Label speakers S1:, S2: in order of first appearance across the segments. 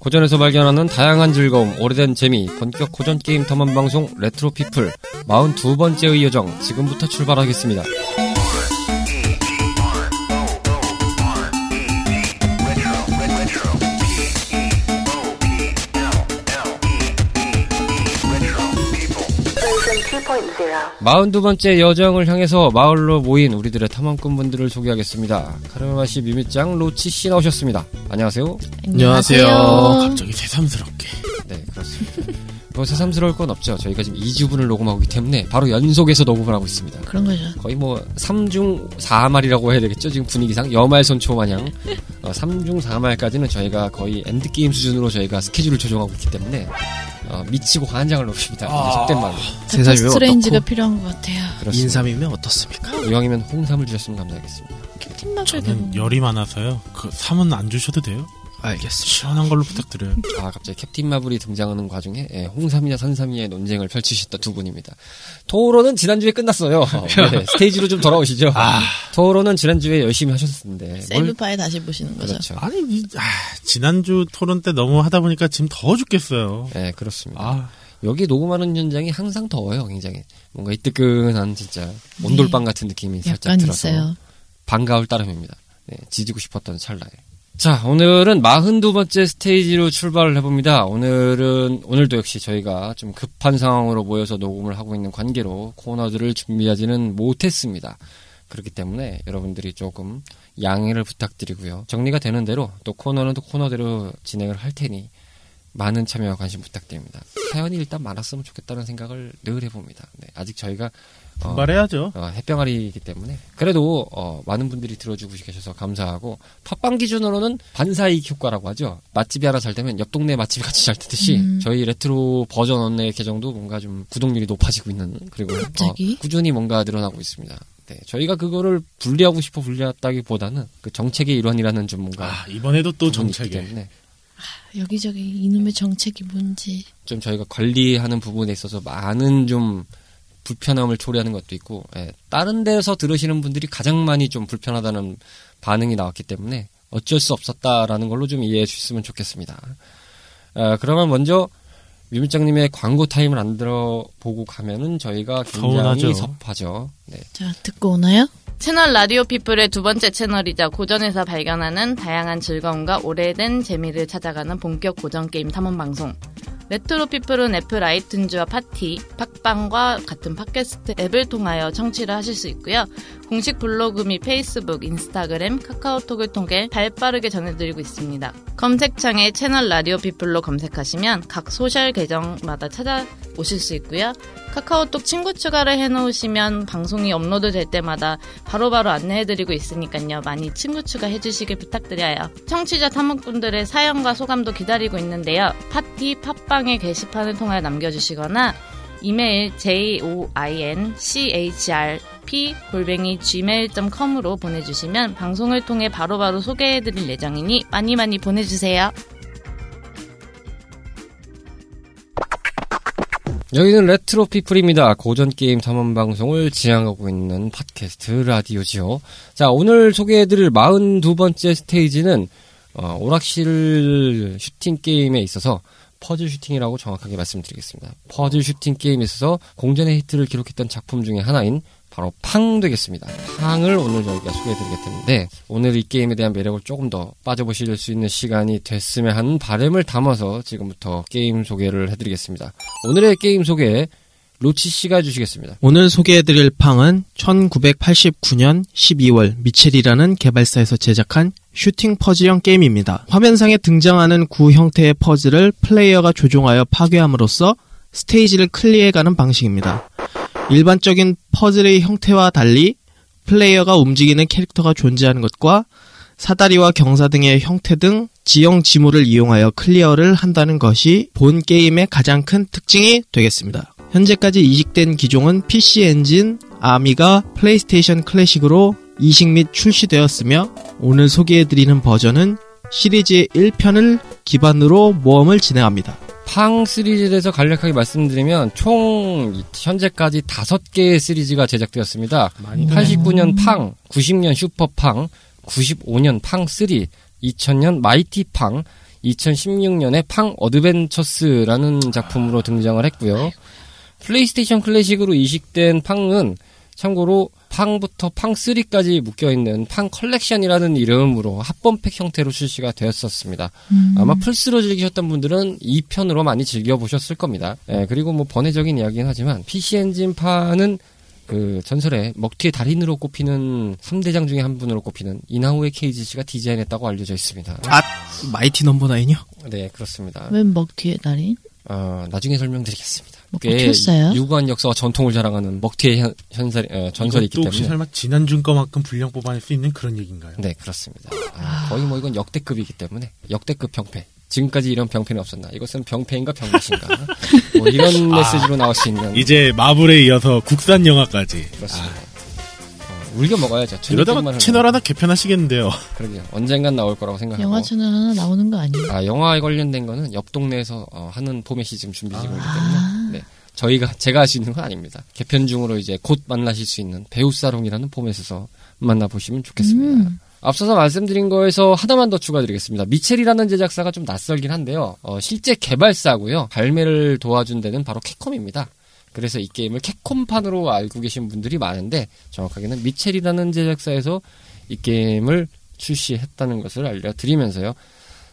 S1: 고전에서 발견하는 다양한 즐거움, 오래된 재미, 본격 고전 게임 탐험 방송 레트로 피플 42번째의 여정 지금부터 출발하겠습니다.
S2: Version 2.0.
S1: 42번째 여정을 향해서 마을로 모인 우리들의 탐험꾼분들을 소개하겠습니다. 카르마시 미미짱 로치 씨 나오셨습니다. 안녕하세요.
S3: 갑자기 새삼스럽게.
S1: 네, 그렇습니다. 뭐 새삼스러울 건 없죠. 저희가 지금 2주분을 녹음하고 있기 때문에 바로 연속해서 녹음을 하고 있습니다.
S4: 그런 거죠.
S1: 거의 뭐 3중 4말이라고 해야 되겠죠. 지금 분위기상 여말선초 마냥 어, 3중 4말까지는 저희가 거의 엔드게임 수준으로 저희가 스케줄을 조정하고 있기 때문에 어, 미치고 환장을 놓습니다.
S3: 아.
S1: 속된 말로.
S3: 세상이 왜
S4: 스트레인지가
S3: 어떻고
S4: 필요한 것 같아요.
S1: 그렇습니다.
S3: 인삼이면 어떻습니까?
S1: 이왕이면 홍삼을 주셨으면 감사하겠습니다.
S4: 캡틴 마블
S5: 저는
S4: 배우.
S5: 열이 많아서요. 그 삼은 안 주셔도 돼요.
S3: 알겠습니다.
S5: 시원한 걸로 부탁드려요.
S1: 아 갑자기 캡틴 마블이 등장하는 과정에 예, 홍삼이냐 산삼이냐의 논쟁을 펼치셨다 두 분입니다. 토론은 지난주에 끝났어요. 네, 스테이지로 좀 돌아오시죠. 토론은 지난주에 열심히 하셨는데 뭘-
S4: 세이브 파일 다시 보시는 거죠.
S1: 그렇죠.
S5: 아니 이- 아, 지난주 토론 때 너무 하다 보니까 지금 더워 죽겠어요.
S1: 예, 그렇습니다.
S5: 아
S1: 여기 녹음하는 현장이 항상 더워요, 굉장히. 뭔가 이 뜨끈한 진짜 온돌방 같은 느낌이 살짝
S4: 네. 약간
S1: 들어서
S4: 있어요.
S1: 반가울 따름입니다. 네, 지지고 싶었던 찰나에. 자, 오늘은 42번째 스테이지로 출발을 해봅니다. 오늘은, 오늘도 역시 저희가 좀 급한 상황으로 모여서 녹음을 하고 있는 관계로 코너들을 준비하지는 못했습니다. 그렇기 때문에 여러분들이 조금 양해를 부탁드리고요. 정리가 되는 대로 또 코너는 또 코너대로 진행을 할 테니 많은 참여와 관심 부탁드립니다. 사연이 일단 많았으면 좋겠다는 생각을 늘 해봅니다. 네, 아직 저희가 어,
S5: 말해야죠.
S1: 어, 햇병아리이기 때문에 그래도 어, 많은 분들이 들어주고 계셔서 감사하고 팟빵 기준으로는 반사이익 효과라고 하죠 맛집이 하나 잘 되면 옆 동네 맛집이 같이 잘 되듯이
S4: 음.
S1: 저희 레트로 버전의 계정도 뭔가 좀 구독률이 높아지고 있는 그리고
S4: 갑자기?
S1: 어, 꾸준히 뭔가 늘어나고 있습니다 네, 저희가 그거를 분리하고 싶어 분리했다기보다는 그 정책의 일환이라는 좀 뭔가
S5: 아 이번에도 또
S1: 부분이 있기
S5: 정책에
S1: 때문에
S4: 여기저기 이놈의 정책이 뭔지.
S1: 좀 저희가 관리하는 부분에 있어서 많은 좀 불편함을 초래하는 것도 있고 예, 다른 데서 들으시는 분들이 가장 많이 좀 불편하다는 반응이 나왔기 때문에 어쩔 수 없었다라는 걸로 좀 이해해 주셨으면 좋겠습니다. 아, 그러면 먼저 유미장님의 광고 타임을 안 들어보고 가면은 저희가 굉장히
S5: 서운하죠.
S1: 섭하죠. 네.
S4: 자, 듣고 오나요?
S6: 채널 라디오 피플의 두 번째 채널이자 고전에서 발견하는 다양한 즐거움과 오래된 재미를 찾아가는 본격 고전 게임 탐험 방송. 레트로 피플은 애플 아이튠즈와 파티, 팟빵과 같은 팟캐스트 앱을 통하여 청취를 하실 수 있고요. 공식 블로그 및 페이스북, 인스타그램, 카카오톡을 통해 발빠르게 전해드리고 있습니다. 검색창에 채널 라디오 피플로 검색하시면 각 소셜 계정마다 찾아오실 수 있고요. 카카오톡 친구 추가를 해놓으시면 방송이 업로드 될 때마다 바로바로 안내해드리고 있으니까요. 많이 친구 추가해주시길 부탁드려요. 청취자 탐험꾼들의 사연과 소감도 기다리고 있는데요. 파티 팟빵의 게시판을 통해 남겨주시거나 이메일 joinchrp 골뱅이 gmail.com으로 보내주시면 방송을 통해 바로바로 소개해드릴 예정이니 많이 많이 보내주세요.
S1: 여기는 레트로 피플입니다. 고전 게임 탐험 방송을 지향하고 있는 팟캐스트 라디오지요. 자, 오늘 소개해드릴 42번째 스테이지는 어, 오락실 슈팅 게임에 있어서 퍼즐 슈팅이라고 정확하게 말씀드리겠습니다. 퍼즐 슈팅 게임에 있어서 공전의 히트를 기록했던 작품 중에 하나인 바로 팡 되겠습니다. 팡을 오늘 저희가 소개해드리게 되는데 오늘 이 게임에 대한 매력을 조금 더 빠져보실 수 있는 시간이 됐으면 하는 바람을 담아서 지금부터 게임 소개를 해드리겠습니다. 오늘의 게임 소개 로치 씨가 해주시겠습니다.
S3: 오늘 소개해드릴 팡은 1989년 12월 미첼이라는 개발사에서 제작한 슈팅 퍼즐형 게임입니다. 화면상에 등장하는 구 형태의 퍼즐을 플레이어가 조종하여 파괴함으로써 스테이지를 클리어해가는 방식입니다. 일반적인 퍼즐의 형태와 달리 플레이어가 움직이는 캐릭터가 존재하는 것과 사다리와 경사 등의 형태 등 지형 지물을 이용하여 클리어를 한다는 것이 본 게임의 가장 큰 특징이 되겠습니다. 현재까지 이식된 기종은 PC 엔진, 아미가 플레이스테이션 클래식으로 이식 및 출시되었으며 오늘 소개해드리는 버전은 시리즈의 1편을 기반으로 모험을 진행합니다.
S1: 팡 시리즈에서 간략하게 말씀드리면 총 현재까지 다섯 개의 시리즈가 제작되었습니다.
S4: 네.
S1: 89년 팡, 90년 슈퍼 팡, 95년 팡 3, 2000년 마이티 팡, 2016년에 팡 어드벤처스라는 작품으로 등장을 했고요. 플레이스테이션 클래식으로 이식된 팡은 참고로 팡부터 팡3까지 묶여있는 팡 컬렉션이라는 이름으로 합본팩 형태로 출시가 되었었습니다.
S4: 음.
S1: 아마 플스로 즐기셨던 분들은 이 편으로 많이 즐겨보셨을 겁니다. 예, 그리고 뭐 번외적인 이야기긴 하지만 PC 엔진판은 그 전설의 먹튀의 달인으로 꼽히는 3대장 중에 한 분으로 꼽히는 이나우의 케이지 씨가 디자인했다고 알려져 있습니다.
S3: 아, 마이티 넘버 나인이요?
S1: 네, 그렇습니다.
S4: 웬먹 뒤에 날인?
S1: 어, 나중에 설명드리겠습니다.
S4: 먹고
S1: 꽤
S4: 튀었어요?
S1: 유구한 역사와 전통을 자랑하는 먹튀의 현, 현설, 어, 전설이 있기
S5: 이것도 혹시
S1: 때문에.
S5: 설마 지난주 거만큼 분량 뽑아낼 수 있는 그런 얘기인가요?
S1: 네, 그렇습니다. 아, 거의 뭐 이건 역대급이기 때문에 역대급 병폐. 지금까지 이런 병폐는 없었나? 이것은 병폐인가 병맛인가? 뭐 이런 메시지로 나올 수 있는
S5: 아, 이제 마블에 이어서 국산 영화까지.
S1: 그렇습니다. 어, 울겨 먹어야죠.
S5: 이러다가
S1: 저녁만
S5: 채널
S1: 하면.
S5: 하나 개편하시겠는데요.
S1: 그러게요. 언젠간 나올 거라고 생각하고.
S4: 영화 채널 하나 나오는 거 아니에요?
S1: 아, 영화에 관련된 거는 옆 동네에서 어, 하는 포맷이 지금 준비 중이기 때문에 네. 저희가 제가 할 수 있는 건 아닙니다. 개편 중으로 이제 곧 만나실 수 있는 배우 사롱이라는 포맷에서 만나보시면 좋겠습니다.
S4: 음.
S1: 앞서서 말씀드린 거에서 하나만 더 추가드리겠습니다. 미첼이라는 제작사가 좀 낯설긴 한데요. 어, 실제 개발사고요. 발매를 도와준 데는 바로 캡콤입니다. 그래서 이 게임을 캡콤판으로 알고 계신 분들이 많은데 정확하게는 미첼이라는 제작사에서 이 게임을 출시했다는 것을 알려드리면서요.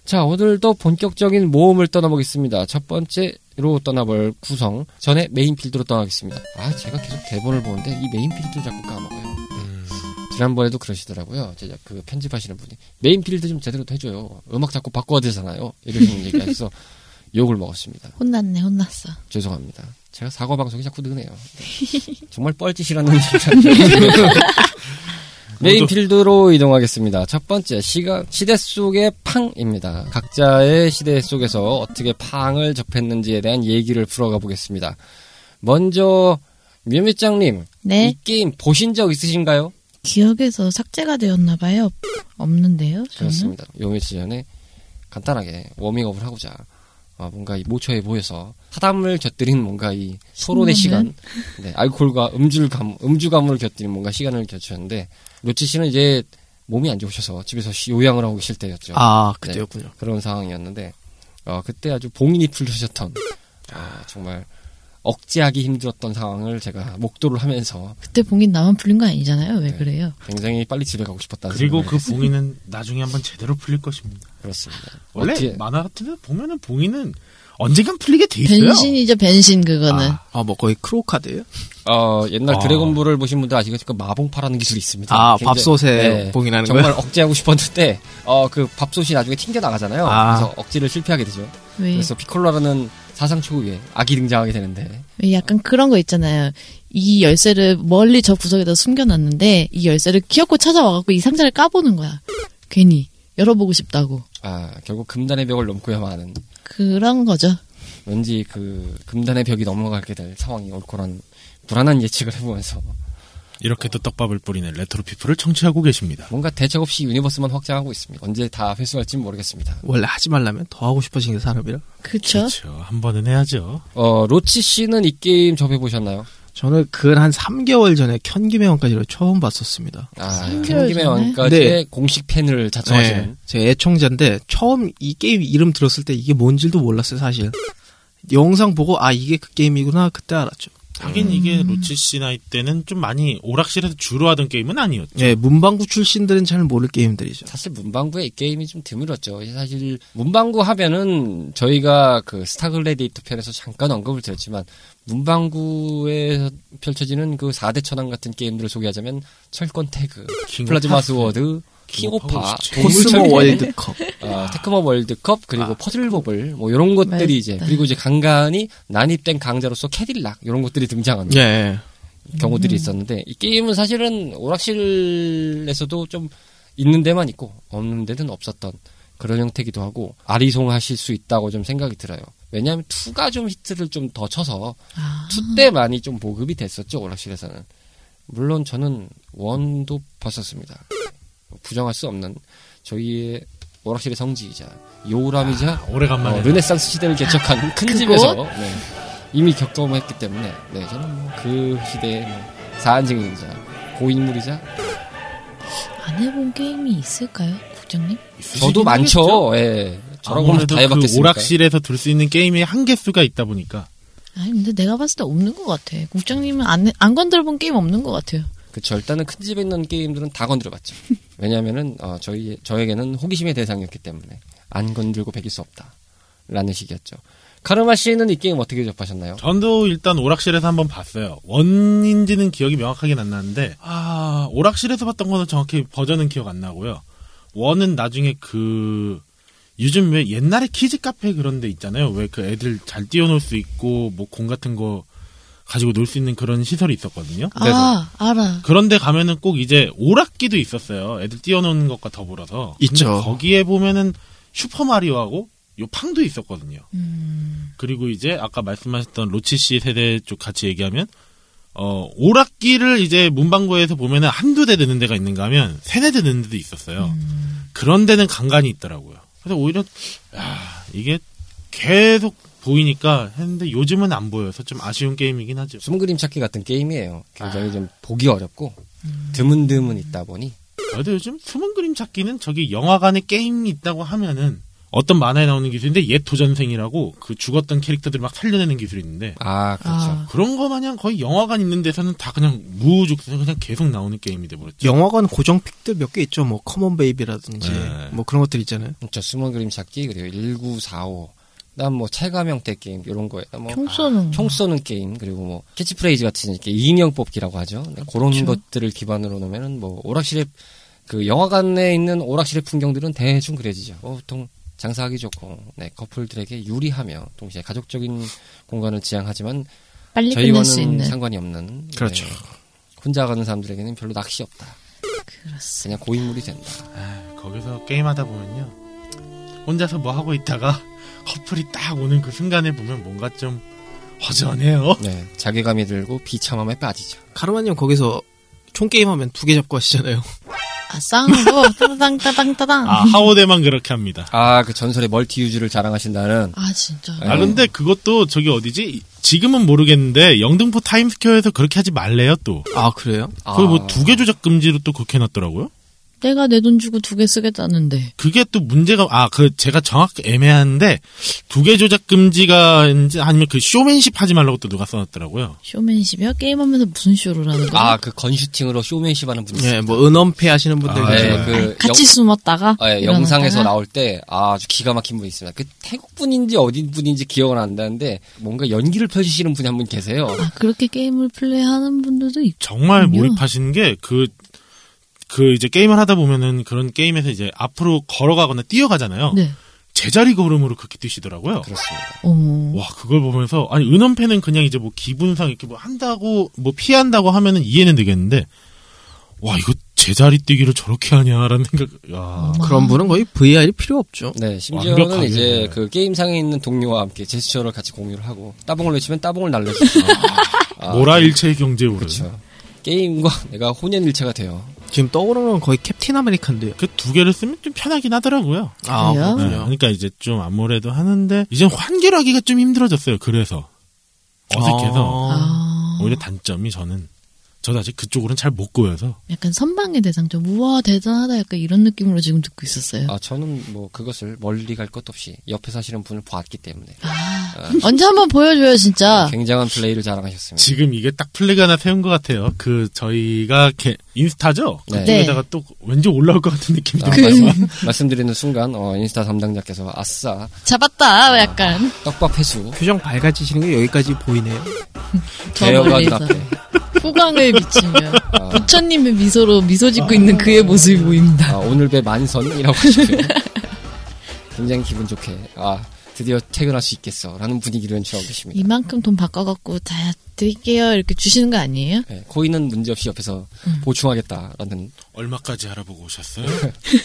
S1: 자, 오늘도 본격적인 모험을 떠나보겠습니다. 첫 번째로 떠나볼 구성 전에 메인 필드로 떠나겠습니다. 아, 제가 계속 대본을 보는데 이 메인 필드 자꾸 까먹어요. 네. 지난번에도 그러시더라고요. 제가 그 편집하시는 분이 메인 필드 좀 제대로 해줘요. 음악 자꾸 바꿔야 되잖아요. 이러시는 얘기하셔서 욕을 먹었습니다.
S4: 혼났네, 혼났어.
S1: 죄송합니다. 제가 사과 방송이 자꾸 느네요. 네. 정말 뻘짓이라는 얘기가 메인 필드로 이동하겠습니다. 첫 번째 시가 시대 속의 팡입니다. 각자의 시대 속에서 어떻게 팡을 접했는지에 대한 얘기를 풀어가 보겠습니다. 먼저 뮤미짱님
S4: 네,
S1: 이 게임 보신 적 있으신가요?
S4: 기억에서 삭제가 되었나 봐요. 없는데요, 저는.
S1: 그렇습니다. 용해지 전에 간단하게 워밍업을 하고자 어, 뭔가 이 모처에 모여서 사담을 곁들인 뭔가 이 토론의 시간,
S4: 신나는?
S1: 네, 알코올과 음주감, 음주감을 곁들인 뭔가 시간을 곁쳤는데 로치 씨는 이제 몸이 안 좋으셔서 집에서 쉬- 요양을 하고 계실 때였죠.
S3: 아, 그때였군요.
S1: 그런 상황이었는데 어, 그때 아주 봉인이 풀리셨던 어, 정말 억제하기 힘들었던 상황을 제가 목도를 하면서
S4: 그때 봉인 나만 불린 거 아니잖아요. 왜
S1: 네.
S4: 그래요?
S1: 굉장히 빨리 집에 가고 싶었다는
S5: 그리고
S1: 생각을
S5: 그 봉인은 나중에 한번 제대로 풀릴 것입니다.
S1: 했- 그렇습니다.
S5: 원래
S1: 어떻게-
S5: 만화 같은 데 보면은 봉인은 언젠간 풀리게 돼 있어요.
S4: 변신이죠, 변신 그거는.
S3: 아, 뭐 거의 크로카드예요?
S1: 어, 옛날
S5: 아.
S1: 드래곤볼을 보신 분들 아시겠지만 마봉파라는 기술이 있습니다.
S3: 아,
S1: 굉장히-
S3: 밥솥에
S1: 네,
S3: 봉인하는 거요?
S1: 정말 억제하고 싶었는데 어, 그 밥솥이 나중에 튕겨 나가잖아요.
S3: 아.
S1: 그래서 억지를 실패하게 되죠.
S4: 왜,
S1: 그래서 피콜로라는 사상 최고의 악이 등장하게 되는데
S4: 왜 약간 그런 거 있잖아요. 이 열쇠를 멀리 저 구석에다 숨겨놨는데 이 열쇠를 기어코 찾아와갖고 이 상자를 까보는 거야. 괜히 열어보고 싶다고.
S1: 아, 결국 금단의 벽을 넘고야만 하는
S4: 그런 거죠.
S1: 왠지 그 금단의 벽이 넘어가게 될 상황이 올 거란 불안한 예측을 해보면서
S5: 이렇게 또 떡밥을 뿌리는 레트로 피플을 청취하고 계십니다.
S1: 뭔가 대책 없이 유니버스만 확장하고 있습니다. 언제 다 회수할지 모르겠습니다.
S3: 원래 하지 말라면 더 하고 싶어지는 게 사람이라.
S4: 그쵸?
S5: 그렇죠. 한 번은 해야죠.
S1: 어, 로치 씨는 이 게임 접해보셨나요?
S3: 저는 그 한 3개월 전에 견기매원까지를 처음 봤었습니다.
S1: 아,
S4: 삼개월
S1: 김김의
S4: 전에?
S1: 왕까지의
S3: 네.
S1: 공식 팬을 자처하시는
S3: 네, 제가 애청자인데 처음 이 게임 이름 들었을 때 이게 뭔지도 몰랐어요, 사실. 영상 보고 아, 이게 그 게임이구나 그때 알았죠.
S5: 하긴
S1: 음.
S5: 이게 로치 씨 나이 때는 좀 많이 오락실에서 주로 하던 게임은 아니었죠.
S3: 예, 문방구 출신들은 잘 모를 게임들이죠.
S1: 사실 문방구의 이 게임이 좀 드물었죠. 사실 문방구 하면은 저희가 그 스타글래디에이터 편에서 잠깐 언급을 드렸지만 문방구에 펼쳐지는 그 4대 천왕 같은 게임들을 소개하자면 철권 태그,
S5: 킹오파.
S1: 플라즈마 스워드, 킹오파,
S5: 킹오파,
S1: 동물철권,
S3: 음. 뭐 코스모 월드컵. 아.
S1: 아, 테크모 월드컵 그리고 퍼즐보블 뭐 이런 것들이 이제
S4: 맞다.
S1: 그리고 이제 간간히 난입된 강자로서 캐딜락 이런 것들이 등장합니다.
S3: 예, 예.
S1: 경우들이 있었는데 이 게임은 사실은 오락실에서도 좀 있는 데만 있고 없는 데는 없었던 그런 형태기도 하고 아리송하실 수 있다고 좀 생각이 들어요. 왜냐하면 2가 좀 히트를 좀 더 쳐서
S4: 아,
S1: 2 때 많이 좀 보급이 됐었죠 오락실에서는. 물론 저는 원도 봤었습니다. 부정할 수 없는 저희의 오락실의 성지이자 요람이자
S5: 아, 오래간만에 아,
S1: 어, 르네상스 시대를 개척한 큰
S4: 그곳?
S1: 집에서 네, 이미 경험했기 때문에 네, 저는 뭐그 시대의 뭐 사안증인자 고인물이자
S4: 안 해본 게임이 있을까요, 국장님?
S5: 있으시긴
S1: 저도
S5: 하겠죠.
S1: 많죠. 예. 저라고 하면
S5: 아무래도
S1: 다 해봤겠습니까?
S5: 그 오락실에서 들 수 있는 게임의 한계수가 있다 보니까
S4: 아니 근데 내가 봤을 때 없는 것 같아. 국장님은 안, 안 건드려본 게임 없는 것 같아요.
S1: 그쵸. 일단은 큰 집에 있는 게임들은 다 건드려봤죠. 왜냐면은, 어, 저희, 저에게는 호기심의 대상이었기 때문에, 안 건들고 베길 수 없다. 라는 식이었죠. 카르마 씨는 이 게임 어떻게 접하셨나요?
S5: 전도 일단 오락실에서 한번 봤어요. 원인지는 기억이 명확하긴 안 나는데 아 오락실에서 봤던 거는 정확히 버전은 기억 안 나고요. 원은 나중에 그 요즘 왜 옛날에 키즈 카페 그런 데 있잖아요. 왜 그 애들 잘 뛰어놀 수 있고 뭐 공 같은 거 가지고 놀 수 있는 그런 시설이 있었거든요.
S1: 네,
S4: 아 알아.
S5: 그런데 가면은 꼭 이제 오락기도 있었어요. 애들 뛰어노는 것과 더불어서 근데
S3: 있죠.
S5: 거기에 보면은 슈퍼 마리오하고 요 팡도 있었거든요.
S4: 음,
S5: 그리고 이제 아까 말씀하셨던 로치 씨 세대 쪽 같이 얘기하면 어 오락기를 이제 문방구에서 보면은 한두 대 드는 데가 있는가 하면 세네 대 드는 데도 있었어요. 그런 데는 간간히 있더라고요. 그래서 오히려 야, 이게 계속 보이니까 했는데 요즘은 안 보여서 좀 아쉬운 게임이긴 하죠.
S1: 숨그림 찾기 같은 게임이에요.
S5: 아.
S1: 굉장히 좀 보기 어렵고,
S5: 음.
S1: 드문드문 있다 보니,
S5: 그래도 요즘 숨은 그림 찾기는 저기 영화관에 게임이 있다고 하면은 어떤 만화에 나오는 기술인데 옛 도전생이라고 그 죽었던 캐릭터들 막 살려내는 기술이 있는데
S1: 아, 그렇죠.
S4: 아.
S5: 그런 거 마냥 거의 영화관 있는 데서는 다 그냥 무우죽순 그냥 계속 나오는 게임이 돼버렸죠.
S3: 영화관 고정 픽들 몇 개 있죠. 뭐 커먼 베이비라든지
S5: 네.
S3: 뭐 그런 것들 있잖아요.
S1: 그렇죠. 숨은 그림 찾기, 그리고 1945. 그다음 뭐 체감형태 게임, 이런 거에, 뭐,
S4: 총 쏘는.
S1: 총 쏘는 게임, 그리고 뭐, 캐치프레이즈 같은 이렇게 인형 뽑기라고 하죠. 네, 그런
S4: 그렇죠.
S1: 것들을 기반으로 놓으면은 뭐, 오락실의, 그 영화관에 있는 오락실의 풍경들은 대충 그려지죠. 어, 보통 장사하기 좋고, 네, 커플들에게 유리하며, 동시에 가족적인 공간을 지향하지만,
S4: 빨리 끝낼 수
S1: 저희와는
S4: 있는.
S1: 상관이 없는. 네,
S3: 그렇죠.
S1: 혼자 가는 사람들에게는 별로 낚시 없다.
S4: 그렇습니다.
S1: 그냥 고인물이 된다.
S5: 아, 거기서 게임하다 보면요 혼자서 뭐 하고 있다가 커플이 딱 오는 그 순간에 보면 뭔가 좀 허전해요.
S1: 네, 자괴감이 들고 비참함에 빠지죠.
S3: 카르마님 거기서 총 게임하면 두 개 잡고 하시잖아요.
S4: 아 쌍으로 따당 따당 따당.
S5: 아 하오대만 그렇게 합니다.
S1: 아, 그 전설의 멀티 유즈를 자랑하신다는
S4: 아 진짜.
S1: 네.
S5: 아 근데 그것도 저기 어디지? 지금은 모르겠는데 영등포 타임스퀘어에서 그렇게 하지 말래요 또.
S3: 아 그래요?
S5: 거의 뭐 두 개 조작 금지로 또 그렇게 해놨더라고요.
S4: 내가 내 돈 주고 두 개 쓰겠다는데.
S5: 그게 또 문제가 아 그 제가 정확히 애매한데 두 개 조작 금지가인지 아니면 그 쇼맨십 하지 말라고 또 누가 써놨더라고요.
S4: 쇼맨십이야? 게임하면서 무슨 쇼를 하는 거야?
S1: 아, 그 건슈팅으로 쇼맨십 하는 분이 있어요.
S3: 예, 뭐 은원패 하시는 분들
S5: 아,
S3: 계시고
S5: 네.
S1: 그
S4: 같이 숨었다가
S1: 영, 예,
S4: 일어났다가?
S1: 영상에서 나올 때 아주 기가 막힌 분이 있습니다. 그 태국 분인지 어디 분인지 기억은 안 나는데 뭔가 연기를 펼치시는 분이 한 분 계세요.
S4: 아, 그렇게 게임을 플레이하는 분들도 있
S5: 정말
S4: 그럼요.
S5: 몰입하시는 게 그 그 이제 게임을 하다 보면은 그런 게임에서 이제 앞으로 걸어가거나 뛰어가잖아요.
S4: 네.
S5: 제자리 걸음으로 그렇게 뛰시더라고요.
S1: 그렇습니다.
S4: 어머.
S5: 와 그걸 보면서 아니 은원패는 그냥 이제 뭐 기분상 이렇게 뭐 한다고 뭐 피한다고 하면은 이해는 되겠는데 와 이거 제자리 뛰기를 저렇게 하냐라는 생각. 야.
S3: 그런 분은 거의 VR이 필요 없죠.
S1: 네, 심지어는
S5: 완벽하게.
S1: 이제 그 게임상에 있는 동료와 함께 제스처를 같이 공유를 하고 따봉을 외치면 따봉을 날려주고 아,
S5: 모라일체의 경제우를.
S1: 그렇죠. 게임과 내가 혼연일체가 돼요.
S3: 지금 떠오르는 건 거의 캡틴 아메리칸데요.
S5: 그 두 개를 쓰면 좀 편하긴 하더라고요.
S3: 아
S4: 그래요?
S5: 네,
S3: 그렇군요.
S5: 그러니까 이제 좀 아무래도 하는데 이제 환기하기가 좀 힘들어졌어요. 그래서 어색해서
S3: 아,
S4: 아.
S5: 오히려 단점이 저는 저도 아직 그쪽으로는 잘 못 고여서
S4: 약간 선방의 대상점. 우와 대단하다. 약간 이런 느낌으로 지금 듣고 있었어요.
S1: 아, 저는 뭐 그것을 멀리 갈 것 없이 옆에 사시는 분을 보았기 때문에 아.
S4: 언제 한번 보여줘요 진짜.
S1: 굉장한 플레이를 자랑하셨습니다.
S5: 지금 이게 딱 플래그 하나 세운 것 같아요. 그 저희가 게- 인스타죠.
S1: 네.
S5: 그쪽에다가 또 왠지 올라올 것 같은 느낌이
S1: 아,
S5: 좀
S1: 말씀- 말씀드리는 순간 어, 인스타 담당자께서 아싸
S4: 잡았다. 약간
S1: 떡밥 회수
S3: 표정 밝아지시는 게 여기까지 보이네요.
S4: 저
S1: 대여관
S4: 멀리서
S1: 앞에
S4: 후광을 비치며 부처님의 미소로 미소 짓고 있는 그의 모습이 보입니다.
S1: 아, 오늘 배 만선이라고 하시고요. 굉장히 기분 좋게 아 드디어 퇴근할 수 있겠어라는 분위기를 연출하고 계십니다.
S4: 이만큼 돈 바꿔갖고 다 드릴게요 이렇게 주시는 거 아니에요?
S1: 네, 코인은 문제없이 옆에서 보충하겠다라는
S5: 얼마까지 알아보고 오셨어요?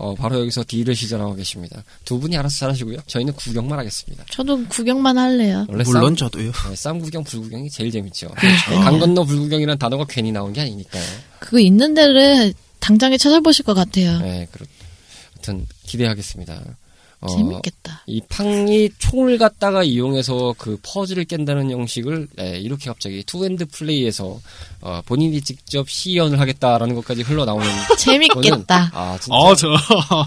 S1: 어, 바로 여기서 딜을 시전하고 계십니다. 두 분이 알아서 잘하시고요. 저희는 구경만 하겠습니다.
S4: 저도 구경만 할래요.
S1: 원래
S3: 물론
S1: 쌈,
S3: 저도요.
S1: 네, 쌈구경 불구경이 제일 재밌죠. 네, 강 건너 불구경이라는 단어가 괜히 나온 게 아니니까요.
S4: 그거 있는 데를 당장에 찾아보실 것 같아요.
S1: 네, 그렇. 하여튼 기대하겠습니다. 어,
S4: 재밌겠다.
S1: 이 팡이 총을 갖다가 이용해서 그 퍼즐을 깬다는 형식을 예, 이렇게 갑자기 투핸드 플레이에서 어, 본인이 직접 시연을 하겠다라는 것까지 흘러나오는
S4: 재밌겠다.
S1: 아 진짜
S5: 어, 저.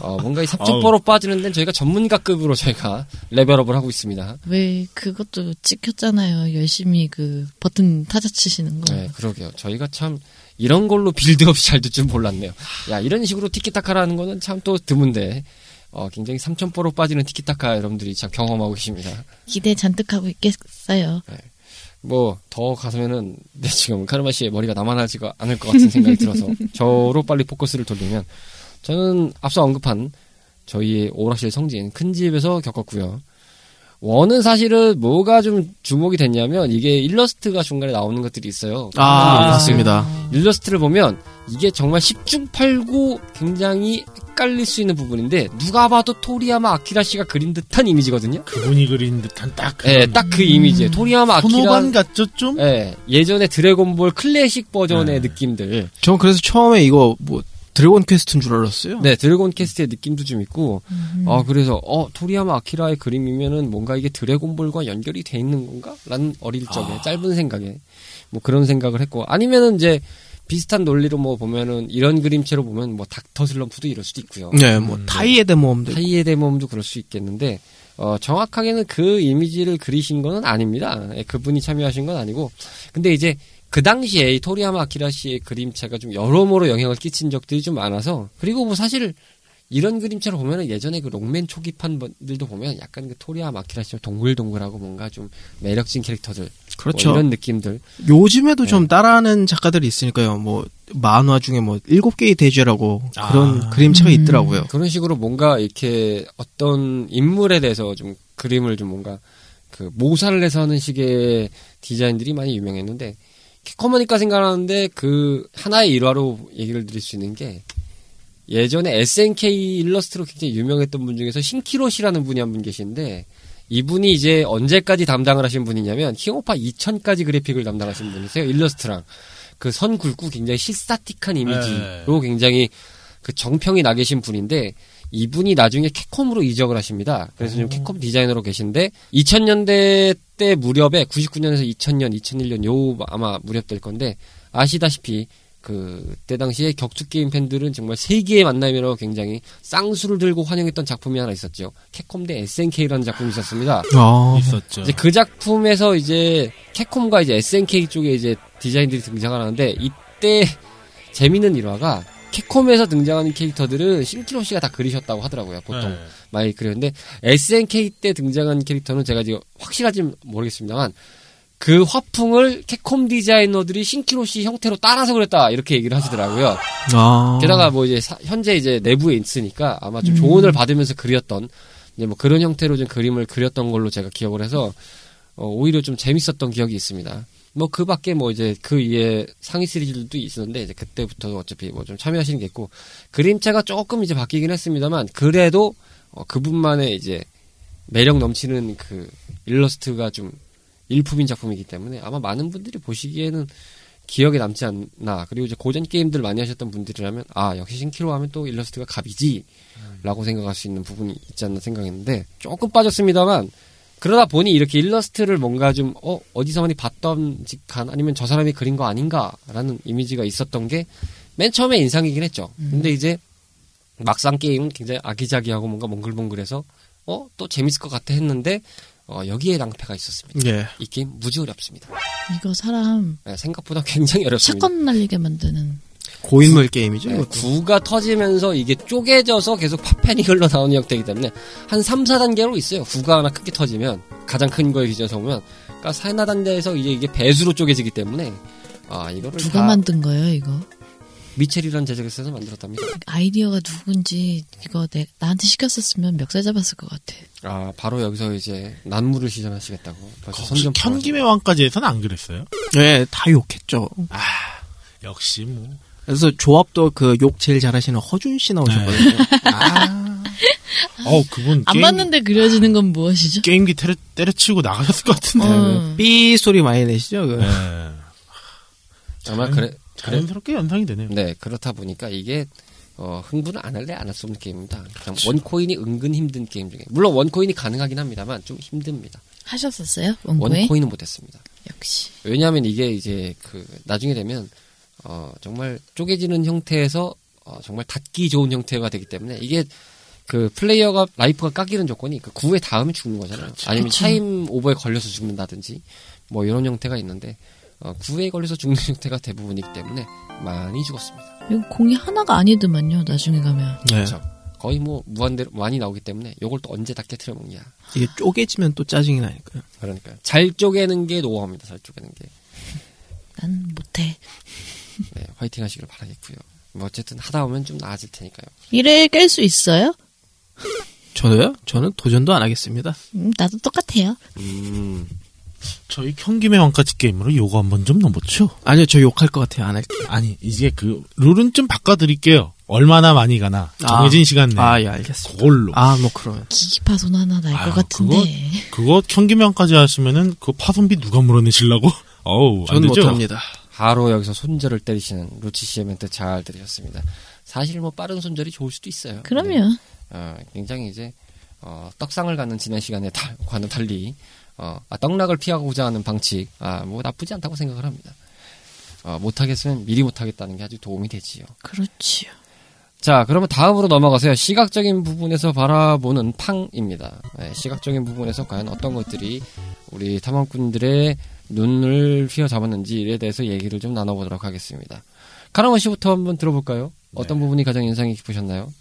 S1: 어, 뭔가 이 삽질퍼로 빠지는 데는 저희가 전문가급으로 저희가 레벨업을 하고 있습니다.
S4: 왜 그것도 찍혔잖아요. 열심히 그 버튼 타자 치시는 거.
S1: 네, 그러게요. 저희가 참 이런 걸로 빌드업이 잘될줄 몰랐네요. 야, 이런 식으로 티키타카라는 거는 참 또 드문데 어, 굉장히 삼천포로 빠지는 티키타카 여러분들이 참 경험하고 계십니다.
S4: 기대 잔뜩 하고 있겠어요.
S1: 뭐 더 가서면은 네, 지금 카르마 씨의 머리가 남아나지가 않을 것 같은 생각이 들어서 저로 빨리 포커스를 돌리면 저는 앞서 언급한 저희의 오락실 성지인 큰 집에서 겪었고요. 원은 사실은 뭐가 좀 주목이 됐냐면 이게 일러스트가 중간에 나오는 것들이 있어요.
S3: 아,
S1: 일러스트.
S4: 어,
S3: 맞습니다.
S1: 일러스트를 보면 이게 정말 10중 8구 굉장히 헷갈릴 수 있는 부분인데 누가 봐도 토리야마 아키라 씨가 그린 듯한 이미지거든요.
S5: 그분이 그린 듯한 딱.
S1: 예,
S5: 그런
S1: 딱 그 이미지에 토리야마 아키라
S5: 손오반 같죠, 좀?
S1: 예, 예전에 드래곤볼 클래식 버전의
S5: 네.
S1: 느낌들.
S3: 전 그래서 처음에 이거 뭐 드래곤 퀘스트인 줄 알았어요.
S1: 네, 드래곤 캐스트의 느낌도 좀 있고.
S4: 음.
S1: 아, 그래서 어, 토리야마 아키라의 그림이면은 뭔가 이게 드래곤볼과 연결이 돼 있는 건가? 라는 어릴 적에 짧은 생각에 뭐 그런 생각을 했고 아니면은 이제 비슷한 논리로 뭐 보면은 이런 그림체로 보면 뭐 닥터 슬럼프도 이럴 수도 있고요.
S3: 네, 뭐 타이의 데모험도 있고.
S1: 타이의 대모험도 그럴 수 있겠는데 어, 정확하게는 그 이미지를 그리신 거는 아닙니다. 예, 그분이 참여하신 건 아니고 근데 이제 그 당시에 이 토리야마 아키라 씨의 그림체가 좀 여러모로 영향을 끼친 적들이 좀 많아서 그리고 뭐 사실 이런 그림체를 보면은 예전에 그 롱맨 초기판들도 보면 약간 그 토리야마 아키라 씨처럼 동글동글하고 뭔가 좀 매력진 캐릭터들
S3: 그렇죠.
S1: 뭐 이런 느낌들
S3: 요즘에도 좀 따라하는 작가들이 있으니까요. 뭐 만화 중에 뭐 일곱 개의 대죄라고
S5: 아.
S3: 그런 그림체가 있더라고요.
S1: 음, 그런 식으로 뭔가 이렇게 어떤 인물에 대해서 좀 그림을 좀 뭔가 그 모사를 해서 하는 식의 디자인들이 많이 유명했는데 키커머니까 생각하는데 그 하나의 일화로 얘기를 드릴 수 있는 게 예전에 SNK 일러스트로 굉장히 유명했던 분 중에서 신키로 씨라는 분이 한 분 계신데 이분이 이제 언제까지 담당을 하신 분이냐면 킹오파 2000까지 그래픽을 담당하신 분이세요 일러스트랑 그 선 굵고 굉장히 실사틱한 이미지로 굉장히 그 정평이 나 계신 분인데 이분이 나중에 캡콤으로 이적을 하십니다. 그래서 지금 캡콤 디자이너로 계신데 2000년대 때 무렵에 99년에서 2000년, 2001년 요 아마 무렵 될 건데 아시다시피 그때 당시에 격투 게임 팬들은 정말 세계의 만남이라고 굉장히 쌍수를 들고 환영했던 작품이 하나 있었죠. 캡콤 대 SNK라는 작품이 있었습니다.
S3: 아,
S5: 있었죠.
S1: 이제 그 작품에서 이제 캡콤과 이제 SNK 쪽에 이제 디자인들이 등장을 하는데 이때 재밌는 일화가 캡콤에서 등장하는 캐릭터들은 신키로 씨가 다 그리셨다고 하더라고요. 보통
S5: 네.
S1: 많이 그렸는데 SNK 때 등장한 캐릭터는 제가 지금 확실하지 모르겠습니다만 그 화풍을 캡콤 디자이너들이 신키로 씨 형태로 따라서 그렸다 이렇게 얘기를 하시더라고요.
S3: 아.
S1: 게다가 뭐 이제 사- 현재 이제 내부에 있으니까 아마 좀 조언을 받으면서 그렸던 이제 뭐 그런 형태로 좀 그림을 그렸던 걸로 제가 기억을 해서 어, 오히려 좀 재밌었던 기억이 있습니다. 뭐 그 밖에 뭐 이제 그 이에 상위 시리즈도 있었는데 이제 그때부터 어차피 뭐 좀 참여하시는 게 있고 그림체가 조금 이제 바뀌긴 했습니다만 그래도 어, 그분만의 이제 매력 넘치는 그 일러스트가 좀 일품인 작품이기 때문에 아마 많은 분들이 보시기에는 기억에 남지 않나. 그리고 이제 고전 게임들 많이 하셨던 분들이라면 아 역시 신키로 하면 또 일러스트가 갑이지라고 생각할 수 있는 부분이 있지 않나 생각했는데 조금 빠졌습니다만 그러다 보니 이렇게 일러스트를 뭔가 좀 어 어디서 많이 봤던 직한 아니면 저 사람이 그린 거 아닌가라는 이미지가 있었던 게 맨 처음에 인상이긴 했죠. 근데 이제 막상 게임은 굉장히 아기자기하고 뭔가 몽글몽글해서 어 또 재밌을 것 같아 했는데 어, 여기에 낭패가 있었습니다.
S3: 예.
S1: 이 게임 무지 어렵습니다.
S4: 이거 사람
S1: 네, 생각보다 굉장히 어렵습니다.
S4: 샷건 날리게 만드는
S3: 고인물 게임이죠.
S1: 네,
S3: 이것도.
S1: 구가 터지면서 이게 쪼개져서 계속 파편이 흘러나오는 형태이기 때문에 한 3, 4단계로 있어요. 구가 하나 크게 터지면 가장 큰 거에 기준해서 보면 그러니까 4, 5단계에서 이제 이게 배수로 쪼개지기 때문에 아 이거를
S4: 누가
S1: 다
S4: 만든 거예요, 이거?
S1: 미첼이라는 제작사에서 만들었답니다.
S4: 아이디어가 누군지 이거 내, 나한테 시켰었으면 멱살 잡았을 것 같아.
S1: 아 바로 여기서 이제 난무를 시전하시겠다고 벌써
S5: 혹시
S1: 선전
S5: 현김의 왕까지 해서는 안 그랬어요?
S3: 예, 다 욕했죠.
S5: 역시 뭐.
S3: 그래서 조합도 그 욕 제일 잘하시는 허준 씨 나오셨거든요.
S5: 어우, 그분
S4: 안
S5: 게임,
S4: 맞는데 그려지는 건 무엇이죠?
S5: 게임기 때려, 때려치고 나가셨을 것 같은데.
S3: 네.
S4: 어.
S3: 그 삐 소리 많이 내시죠. 그.
S5: 네.
S1: 아마 그래 그래
S5: 자연스럽게 연상이 되네요.
S1: 네 그렇다 보니까 이게 어, 흥분 안 할래 안 할 수 없는 게임입니다. 그냥
S4: 그렇죠.
S1: 원코인이 은근 힘든 게임 중에 물론 원코인이 가능하긴 합니다만 좀 힘듭니다.
S4: 하셨었어요? 원고에?
S1: 원코인은 못했습니다.
S4: 역시.
S1: 왜냐하면 이게 이제 그 나중에 되면 어 정말 쪼개지는 형태에서 어 정말 닿기 좋은 형태가 되기 때문에 이게 그 플레이어가 라이프가 깎이는 조건이 그 9회 다음에 죽는 거잖아요. 아니면
S4: 그렇죠.
S1: 타임 오버에 걸려서 죽는다든지 뭐 이런 형태가 있는데 어 9회에 걸려서 죽는 형태가 대부분이기 때문에 많이 죽었습니다.
S4: 이거 공이 하나가 아니더만요, 나중에 가면.
S3: 네.
S1: 그렇죠. 거의 뭐 무한대로 많이 나오기 때문에 요걸 또 언제 다 깨트려 먹냐.
S3: 이게 쪼개지면 또 짜증이 나니까요.
S1: 그러니까 잘 쪼개는 게 노하우입니다. 잘 쪼개는 게.
S4: 난 못해.
S1: 네, 화이팅 하시길 바라겠고요. 뭐 어쨌든 하다 보면 좀 나아질 테니까요.
S4: 이래 깰 수 있어요?
S3: 저도요? 저는 도전도 안 하겠습니다.
S4: 음, 나도 똑같아요.
S1: 음,
S5: 저희 경김의 왕까지 게임으로 요거 한번 좀 넘어죠.
S3: 아니요, 저 욕할 것 같아요. 안 할게요.
S5: 아니 이제 그 룰은 좀 바꿔드릴게요. 얼마나 많이 가나 정해진 시간 내.
S3: 아,
S5: 에
S3: 예, 알겠습니다.
S5: 그걸로.
S3: 아, 뭐 그러면.
S4: 기기파손 하나 날
S5: 아유,
S4: 것 같은데.
S1: 네.
S5: 그거 경기명까지 하시면은 그 파손비 누가 물어내시려고? 어우 안
S3: 저는
S5: 되죠.
S3: 못합니다.
S1: 바로 여기서 손절을 때리시는 루치 씨의 멘트 잘 들으셨습니다. 사실 뭐 빠른 손절이 좋을 수도 있어요. 네.
S4: 그럼요.
S1: 어, 굉장히 이제 어, 떡상을 갖는 지난 시간에 다, 과는 달리 어, 아, 떡락을 피하고자 하는 방식 아, 뭐 나쁘지 않다고 생각을 합니다. 어, 못하겠으면 미리 못하겠다는 게 아주 도움이 되지요.
S4: 그렇지요.
S1: 자, 그러면 다음으로 넘어가세요. 시각적인 부분에서 바라보는 팡입니다. 네, 시각적인 부분에서 과연 어떤 것들이 우리 탐험꾼들의 눈을 휘어잡았는지에 대해서 얘기를 좀 나눠보도록 하겠습니다. 카라마 씨부터 한번 들어볼까요? 어떤 부분이 가장 인상이 깊으셨나요?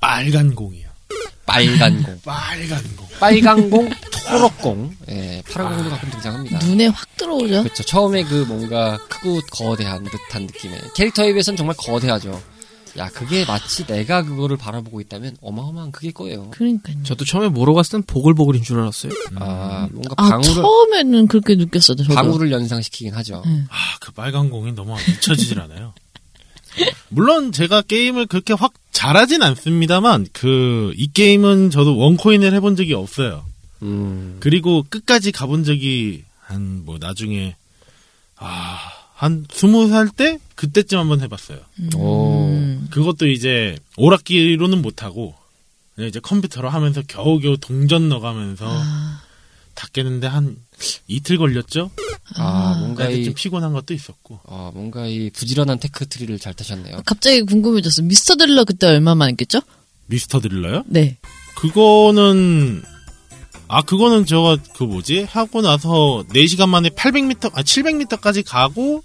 S5: 빨간 공이요.
S1: 빨간 공.
S5: 빨간 공.
S1: 빨간 공, 초록 공. 예, 파란 공도 가끔 등장합니다.
S4: 눈에 확 들어오죠?
S1: 그렇죠. 처음에 그 뭔가 크고 거대한 듯한 느낌의 캐릭터에 비해서는 정말 거대하죠. 야, 그게 마치 내가 그거를 바라보고 있다면 어마어마한 그게 거예요.
S4: 그러니까요.
S3: 저도 처음에 모로 갔을 땐 보글보글인 줄 알았어요.
S5: 음.
S1: 아, 뭔가
S4: 아,
S1: 방울을
S4: 처음에는 그렇게 느꼈어요, 저도.
S1: 방울을 연상시키긴 하죠.
S4: 네.
S5: 아그 빨간 공이 너무 잊혀지질 않아요. 물론 제가 게임을 그렇게 확 잘하진 않습니다만 그 이 게임은 저도 원코인을 해본 적이 없어요.
S1: 음.
S5: 그리고 끝까지 가본 적이 한 뭐 나중에 아한 스무 살 때 그때쯤 한번 해봤어요.
S1: 오.
S4: 음.
S5: 그것도 이제 오락기로는 못하고 그냥 이제 컴퓨터로 하면서 겨우겨우 동전 넣어가면서
S4: 아,
S5: 다 깨는데 한 이틀 걸렸죠.
S1: 아, 뭔가
S5: 그래서
S1: 이
S5: 좀 피곤한 것도 있었고
S1: 어, 뭔가 이 부지런한 테크 트리를 잘 타셨네요.
S4: 갑자기 궁금해졌어. 미스터 델러 그때 얼마만 했겠죠?
S5: 미스터 드릴러요?
S4: 네.
S5: 그거는 아 그거는 제가 그 뭐지 하고 나서 4시간 만에 800m 아 700m까지 가고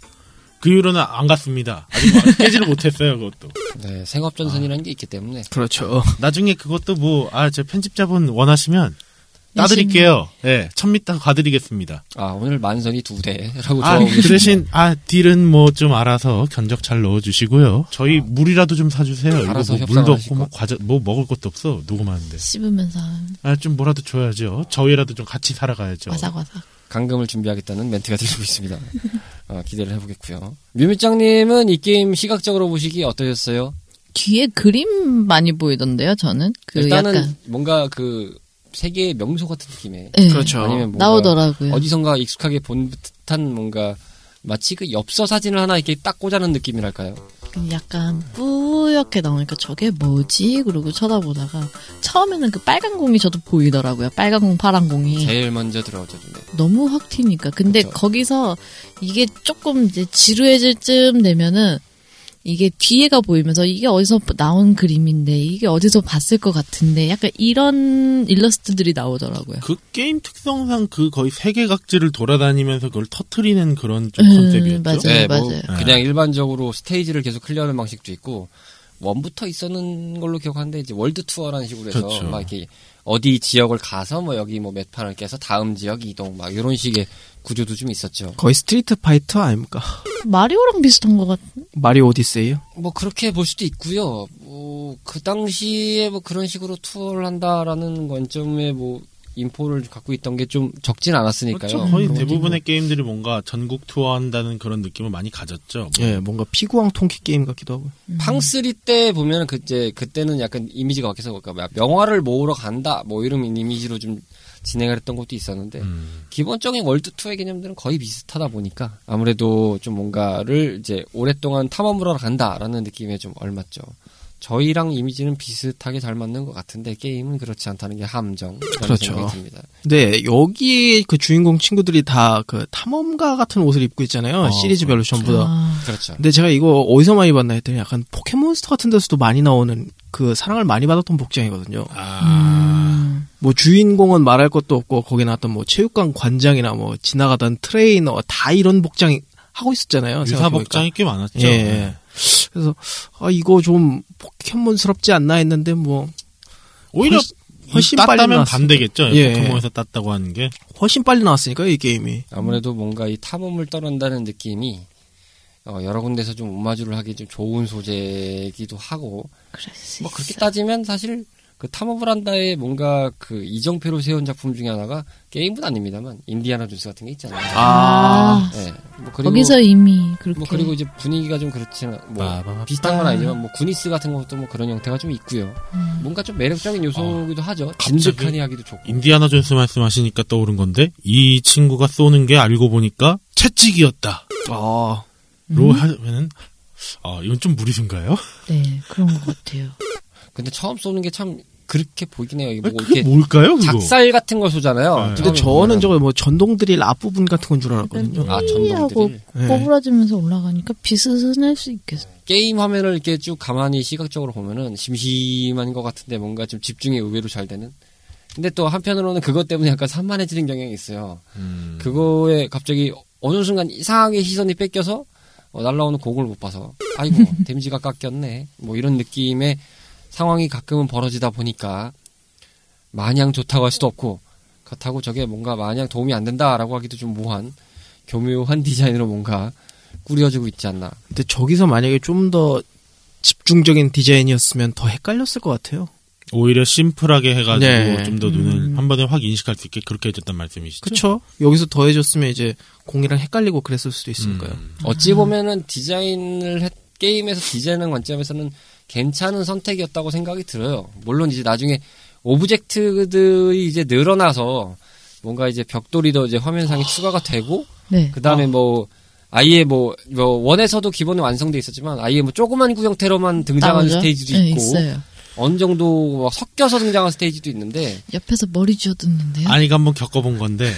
S5: 그 이후로는 안 갔습니다. 아직 뭐 깨지를 못했어요 그것도.
S1: 네, 생업 전선이라는 게 있기 때문에
S3: 그렇죠.
S5: 나중에 그것도 뭐 아 제 편집자분 원하시면 따드릴게요. 예, 1000m 가드리겠습니다.
S1: 아, 오늘 만선이 두 대라고
S5: 아,
S1: 들어오고
S5: 그 대신 아 딜은 뭐 좀 알아서 견적 잘 넣어주시고요. 저희 물이라도 좀 사주세요. 이거
S1: 알아서
S5: 뭐 물도
S1: 협상하실
S5: 없고 뭐 과자 뭐 먹을 것도 없어. 녹음하는데.
S4: 씹으면서
S5: 아 좀 뭐라도 줘야죠. 저희라도 좀 같이 살아가야죠.
S4: 와삭와삭.
S1: 강금을 준비하겠다는 멘트가 들리고 있습니다. 어, 기대를 해보겠고요. 뮤미짱님은 이 게임 시각적으로 보시기 어떠셨어요?
S4: 뒤에 그림 많이 보이던데요, 저는? 그
S1: 일단은
S4: 약간.
S1: 뭔가 그 세계의 명소 같은 느낌의
S4: 예.
S3: 그렇죠.
S1: 아니면 뭔가
S4: 나오더라고요.
S1: 어디선가 익숙하게 본 듯한 뭔가 마치 그 엽서 사진을 하나 이렇게 딱 꽂아놓은 느낌이랄까요?
S4: 음, 약간 뿌옇게 나오니까 그러니까 저게 뭐지? 그러고 쳐다보다가 처음에는 그 빨간 공이 저도 보이더라고요. 빨간 공, 파란 공이.
S1: 제일 먼저 네. 들어오죠 눈에.
S4: 너무 확 튀니까. 근데
S1: 그렇죠.
S4: 거기서 이게 조금 이제 지루해질 쯤 되면은 이게 뒤에가 보이면서 이게 어디서 나온 그림인데 이게 어디서 봤을 것 같은데 약간 이런 일러스트들이 나오더라고요.
S5: 그 게임 특성상 그 거의 세계 각지를 돌아다니면서 그걸 터트리는 그런 좀
S4: 음,
S5: 컨셉이었죠.
S4: 맞아요. 맞아요.
S1: 그냥 일반적으로 스테이지를 계속 클리어하는 방식도 있고 원부터 있었는 걸로 기억하는데 이제 월드 투어라는 식으로 해서
S5: 그렇죠.
S1: 막 이렇게 어디 지역을 가서 뭐 여기 뭐 몇판을 깨서 다음 지역 이동 막 이런 식의 구조도 좀 있었죠.
S3: 거의 스트리트 파이터 아닙니까?
S4: 마리오랑 비슷한 것 같아.
S3: 마리오 오디세이요?
S1: 뭐 그렇게 볼 수도 있고요. 뭐 그 당시에 뭐 그런 식으로 투어를 한다라는 관점에 뭐 인포를 갖고 있던 게 좀 적진 않았으니까요.
S5: 그렇죠. 거의
S1: 그런
S5: 대부분의 게임들이 뭔가 전국 투어한다는 그런 느낌을 많이 가졌죠. 뭐
S3: 예, 뭔가 피구왕 통키 게임 같기도 하고.
S1: 팡쓰리 때그 보면 그때 그때는 약간 이미지가 바뀌어서 그러니까 막 명화를 모으러 간다 뭐 이런 이미지로 좀 진행을 했던 것도 있었는데
S5: 음.
S1: 기본적인 월드2의 개념들은 거의 비슷하다 보니까 아무래도 좀 뭔가를 이제 오랫동안 탐험을 하러 간다라는 느낌에 좀 얼맞죠. 저희랑 이미지는 비슷하게 잘 맞는 것 같은데 게임은 그렇지 않다는 게 함정.
S3: 그렇죠.
S1: 생각이 듭니다.
S3: 네, 여기 그 주인공 친구들이 다 그 탐험가 같은 옷을 입고 있잖아요.
S5: 어,
S3: 시리즈별로 전부 다.
S4: 아,
S1: 그렇죠.
S3: 근데 제가 이거 어디서 많이 봤나 했더니 약간 포켓몬스터 같은 데서도 많이 나오는 그 사랑을 많이 받았던 복장이거든요.
S5: 아,
S4: 음.
S3: 뭐 주인공은 말할 것도 없고 거기 나왔던 뭐 체육관 관장이나 뭐 지나가던 트레이너 다 이런 복장 하고 있었잖아요.
S5: 유사
S3: 생각해보니까.
S5: 복장이 꽤 많았죠. 네.
S3: 예, 예. 그래서 아 이거 좀 포켓몬스럽지 않나 했는데 뭐
S5: 오히려
S3: 훨씬- 훨씬
S5: 이
S3: 빨리
S5: 땄다면
S3: 나왔어요.
S5: 반대겠죠.
S3: 예.
S5: 포켓몬에서 땄다고 하는 게.
S3: 훨씬 빨리 나왔으니까요 이 게임이.
S1: 아무래도 뭔가 이 탐험을 떠난다는 느낌이 어, 여러 군데서 좀 오마주를 하기 좀 좋은 소재이기도 하고
S4: 그럴 수
S1: 뭐 그렇게
S4: 있어.
S1: 따지면 사실 그 탐험을 한다의 뭔가 그 이정표로 세운 작품 중에 하나가 게임은 아닙니다만 인디아나 존스 같은 게 있잖아요.
S3: 아,
S1: 예. 뭐 그리고
S4: 거기서 이미 그렇게
S1: 뭐 그리고 이제 분위기가 좀 그렇지만 뭐
S5: 빠바바빠.
S1: 비슷한 건 아니지만 뭐 구니스 같은 것도 뭐 그런 형태가 좀 있고요.
S4: 음.
S1: 뭔가 좀 매력적인 요소이기도 하죠.
S5: 갑자기
S1: 진득하니 하기도 좋고.
S5: 인디아나 존스 말씀하시니까 떠오른 건데 이 친구가 쏘는 게 알고 보니까 채찍이었다.
S3: 아,
S4: 음?
S5: 로 하면은 아 이건 좀 무리수인가요?
S4: 네 그런 것 같아요.
S1: 근데 처음 쏘는 게 참 그렇게 보이긴 해요. 이게
S5: 아니,
S1: 뭐
S5: 그게
S1: 이렇게
S5: 뭘까요? 그거?
S1: 작살 같은 걸 쏘잖아요.
S5: 네.
S3: 근데
S1: 처음에
S3: 저는
S1: 보면은.
S3: 저거 뭐 전동 드릴 앞부분 같은 건 줄 알았거든요.
S1: 아
S4: 하고
S1: 전동들
S3: 예.
S4: 꼬부라지면서 올라가니까 비스스낼 수 있겠어.
S1: 게임 화면을 이렇게 쭉 가만히 시각적으로 보면은 심심한 것 같은데 뭔가 좀 집중이 의외로 잘 되는. 근데 또 한편으로는 그것 때문에 약간 산만해지는 경향이 있어요.
S5: 음.
S1: 그거에 갑자기 어느 순간 이상하게 시선이 뺏겨서 어, 날라오는 공을 못 봐서 아이고 데미지가 깎였네 뭐 이런 느낌의 상황이 가끔은 벌어지다 보니까 마냥 좋다고 할 수도 없고 그렇다고 저게 뭔가 마냥 도움이 안 된다라고 하기도 좀 모한 교묘한 디자인으로 뭔가 꾸려지고 있지 않나
S3: 근데 저기서 만약에 좀 더 집중적인 디자인이었으면 더 헷갈렸을 것 같아요.
S5: 오히려 심플하게 해가지고
S3: 네.
S5: 좀 더 눈을 한 번에 확 인식할 수 있게 그렇게 해줬단 말씀이시죠?
S3: 그쵸? 여기서 더해줬으면 이제 공이랑 헷갈리고 그랬을 수도 있으니까요.
S5: 음.
S1: 어찌 보면은 디자인을 했- 게임에서 디자인한 관점에서는 괜찮은 선택이었다고 생각이 들어요. 물론 이제 나중에 오브젝트들이 이제 늘어나서 뭔가 이제 벽돌이도 이제 화면상에 추가가 되고
S4: 네.
S1: 그 다음에 뭐 아예 뭐, 뭐 원에서도 기본은 완성돼 있었지만 아예 뭐 조그만 구형 테러만 등장하는
S4: 나오죠?
S1: 스테이지도
S4: 네,
S1: 있고
S4: 있어요.
S1: 어느 정도 막 섞여서 등장하는 스테이지도 있는데
S4: 옆에서 머리 쥐어뜯는데요.
S5: 아니 이거 한번 겪어본 건데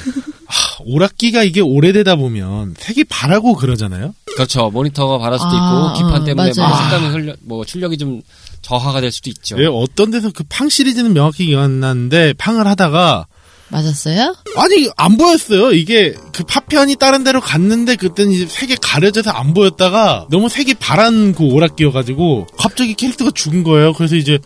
S5: 아, 오락기가 이게 오래되다 보면 색이 바라고 그러잖아요.
S1: 그렇죠 모니터가 바랄 수도
S4: 아,
S1: 있고 기판
S4: 어,
S1: 때문에 뭐
S4: 맞아요.
S1: 색감이 흘려 뭐 출력이 좀 저하가 될 수도 있죠.
S5: 왜 어떤 데서 그 팡 시리즈는 명확히 기억나는데 팡을 하다가
S4: 맞았어요?
S5: 아니 안 보였어요. 이게 그 파편이 다른 데로 갔는데 그때는 이제 색이 가려져서 안 보였다가 너무 색이 바란 그 오락기여가지고 갑자기 캐릭터가 죽은 거예요. 그래서 이제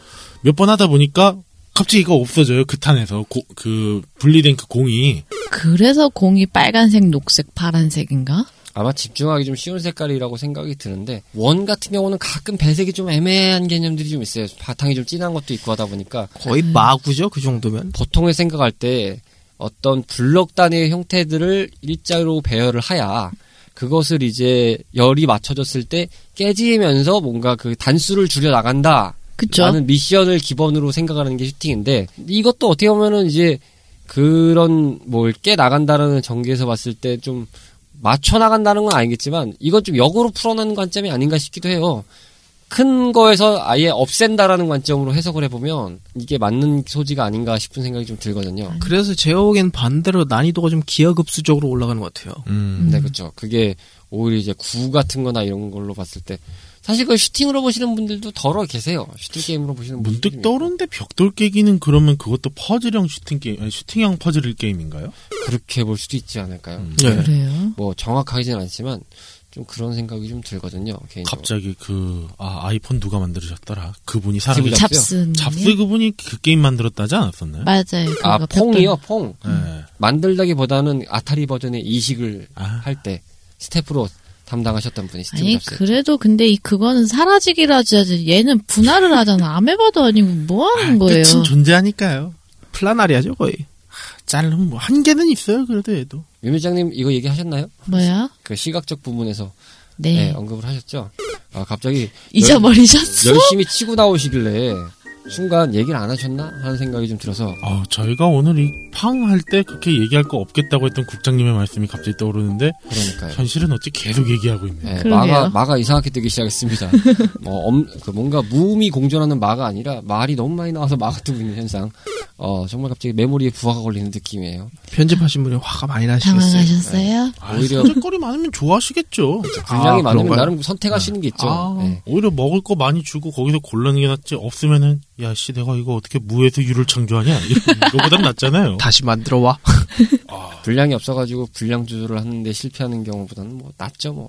S5: 몇 번 하다 보니까 갑자기 이거 없어져요. 그 탄에서 고- 그 분리된 그 공이
S4: 그래서 공이 빨간색, 녹색, 파란색인가?
S1: 아마 집중하기 좀 쉬운 색깔이라고 생각이 드는데 원 같은 경우는 가끔 배색이 좀 애매한 개념들이 좀 있어요. 바탕이 좀 진한 것도 있고 하다 보니까
S3: 거의 마구죠? 그 정도면?
S1: 보통의 생각할 때 어떤 블럭 단위의 형태들을 일자로 배열을 하야 그것을 이제 열이 맞춰졌을 때 깨지면서 뭔가 그 단수를 줄여 나간다
S4: 그쵸?
S1: 라는 미션을 기본으로 생각하는 게 슈팅인데 이것도 어떻게 보면은 이제 그런 뭘 깨 나간다는 전개에서 봤을 때 좀 맞춰 나간다는 건 아니겠지만 이건 좀 역으로 풀어내는 관점이 아닌가 싶기도 해요. 큰 거에서 아예 없앤다라는 관점으로 해석을 해보면 이게 맞는 소지가 아닌가 싶은 생각이 좀 들거든요.
S3: 그래서 제가 보기엔 반대로 난이도가 좀 기하급수적으로 올라가는 것 같아요.
S5: 음.
S1: 네, 그렇죠. 그게 오히려 이제 구 같은 거나 이런 걸로 봤을 때 사실 그 슈팅으로 보시는 분들도 덜어 계세요. 슈팅 게임으로 보시는 분들도 좀
S5: 문득 떠오르는데 벽돌 깨기는 그러면 그것도 퍼즐형 슈팅 게임, 아니, 슈팅형 퍼즐 게임인가요?
S1: 그렇게 볼 수도 있지 않을까요?
S3: 네.
S4: 그래요?
S1: 뭐 정확하진 않지만 좀 그런 생각이 좀 들거든요. 개인적으로.
S5: 갑자기 그, 아, 아이폰 누가 만들으셨더라? 그분이 사람이
S1: 스티브 잡스.
S4: 잡스님.
S5: 잡스 그분이 그 게임 만들었다지 않았었나요?
S4: 맞아요.
S1: 아
S4: 그거
S1: 퐁이요 퐁
S5: 네.
S1: 만들다기보다는 아타리 버전의 이식을
S5: 아.
S1: 할 때 스태프로 담당하셨던 분이 스티브
S4: 아니
S1: 잡스.
S4: 그래도 근데 이 그거는 사라지기라 하지 얘는 분할을 하잖아 아메바도 아니고 뭐 하는 거예요
S5: 끝은 존재하니까요.
S3: 플라나리아죠, 거의.
S5: 짤름 뭐 한계는 있어요. 그래도 얘도.
S1: 유 회장님 이거 얘기하셨나요?
S4: 뭐야
S1: 그 시각적 부분에서
S4: 네,
S1: 네, 언급을 하셨죠. 아 갑자기 어, 열-
S4: 잊어버리셨어
S1: 열심히 치고 나오시길래 순간 얘기를 안 하셨나 하는 생각이 좀 들어서
S5: 아, 저희가 오늘 이 팡 할 때 그렇게 얘기할 거 없겠다고 했던 국장님의 말씀이 갑자기 떠오르는데
S1: 그러니까요.
S5: 현실은 어찌 계속 얘기하고 있네요.
S1: 예,
S4: 그러게요.
S1: 마가 마가 이상하게 뜨기 시작했습니다. 어, 엄- 그 뭔가 무음이 공존하는 마가 아니라 말이 너무 많이 나와서 마가 뜨고 있는 현상. 어, 정말 갑자기 메모리에 부하가 걸리는 느낌이에요.
S3: 편집하신 분이 화가 많이 나시겠어요.
S1: 네.
S4: 당황하셨어요?
S5: 아,
S1: 오히려-
S5: 손짓거리 많으면 좋아하시겠죠.
S1: 분량이
S3: 아,
S1: 많으면
S3: 그런가요?
S1: 나름 선택하시는 게 있죠.
S5: 아,
S1: 예.
S5: 오히려 먹을 거 많이 주고 거기서 골라는 게 낫지 없으면은 야씨 내가 이거 어떻게 무에서 유를 창조하냐 이거보단 낫잖아요.
S3: 다시 만들어 와.
S1: 분량이 없어가지고 분량 조절을 하는데 실패하는 경우보다는 뭐 낫죠 뭐.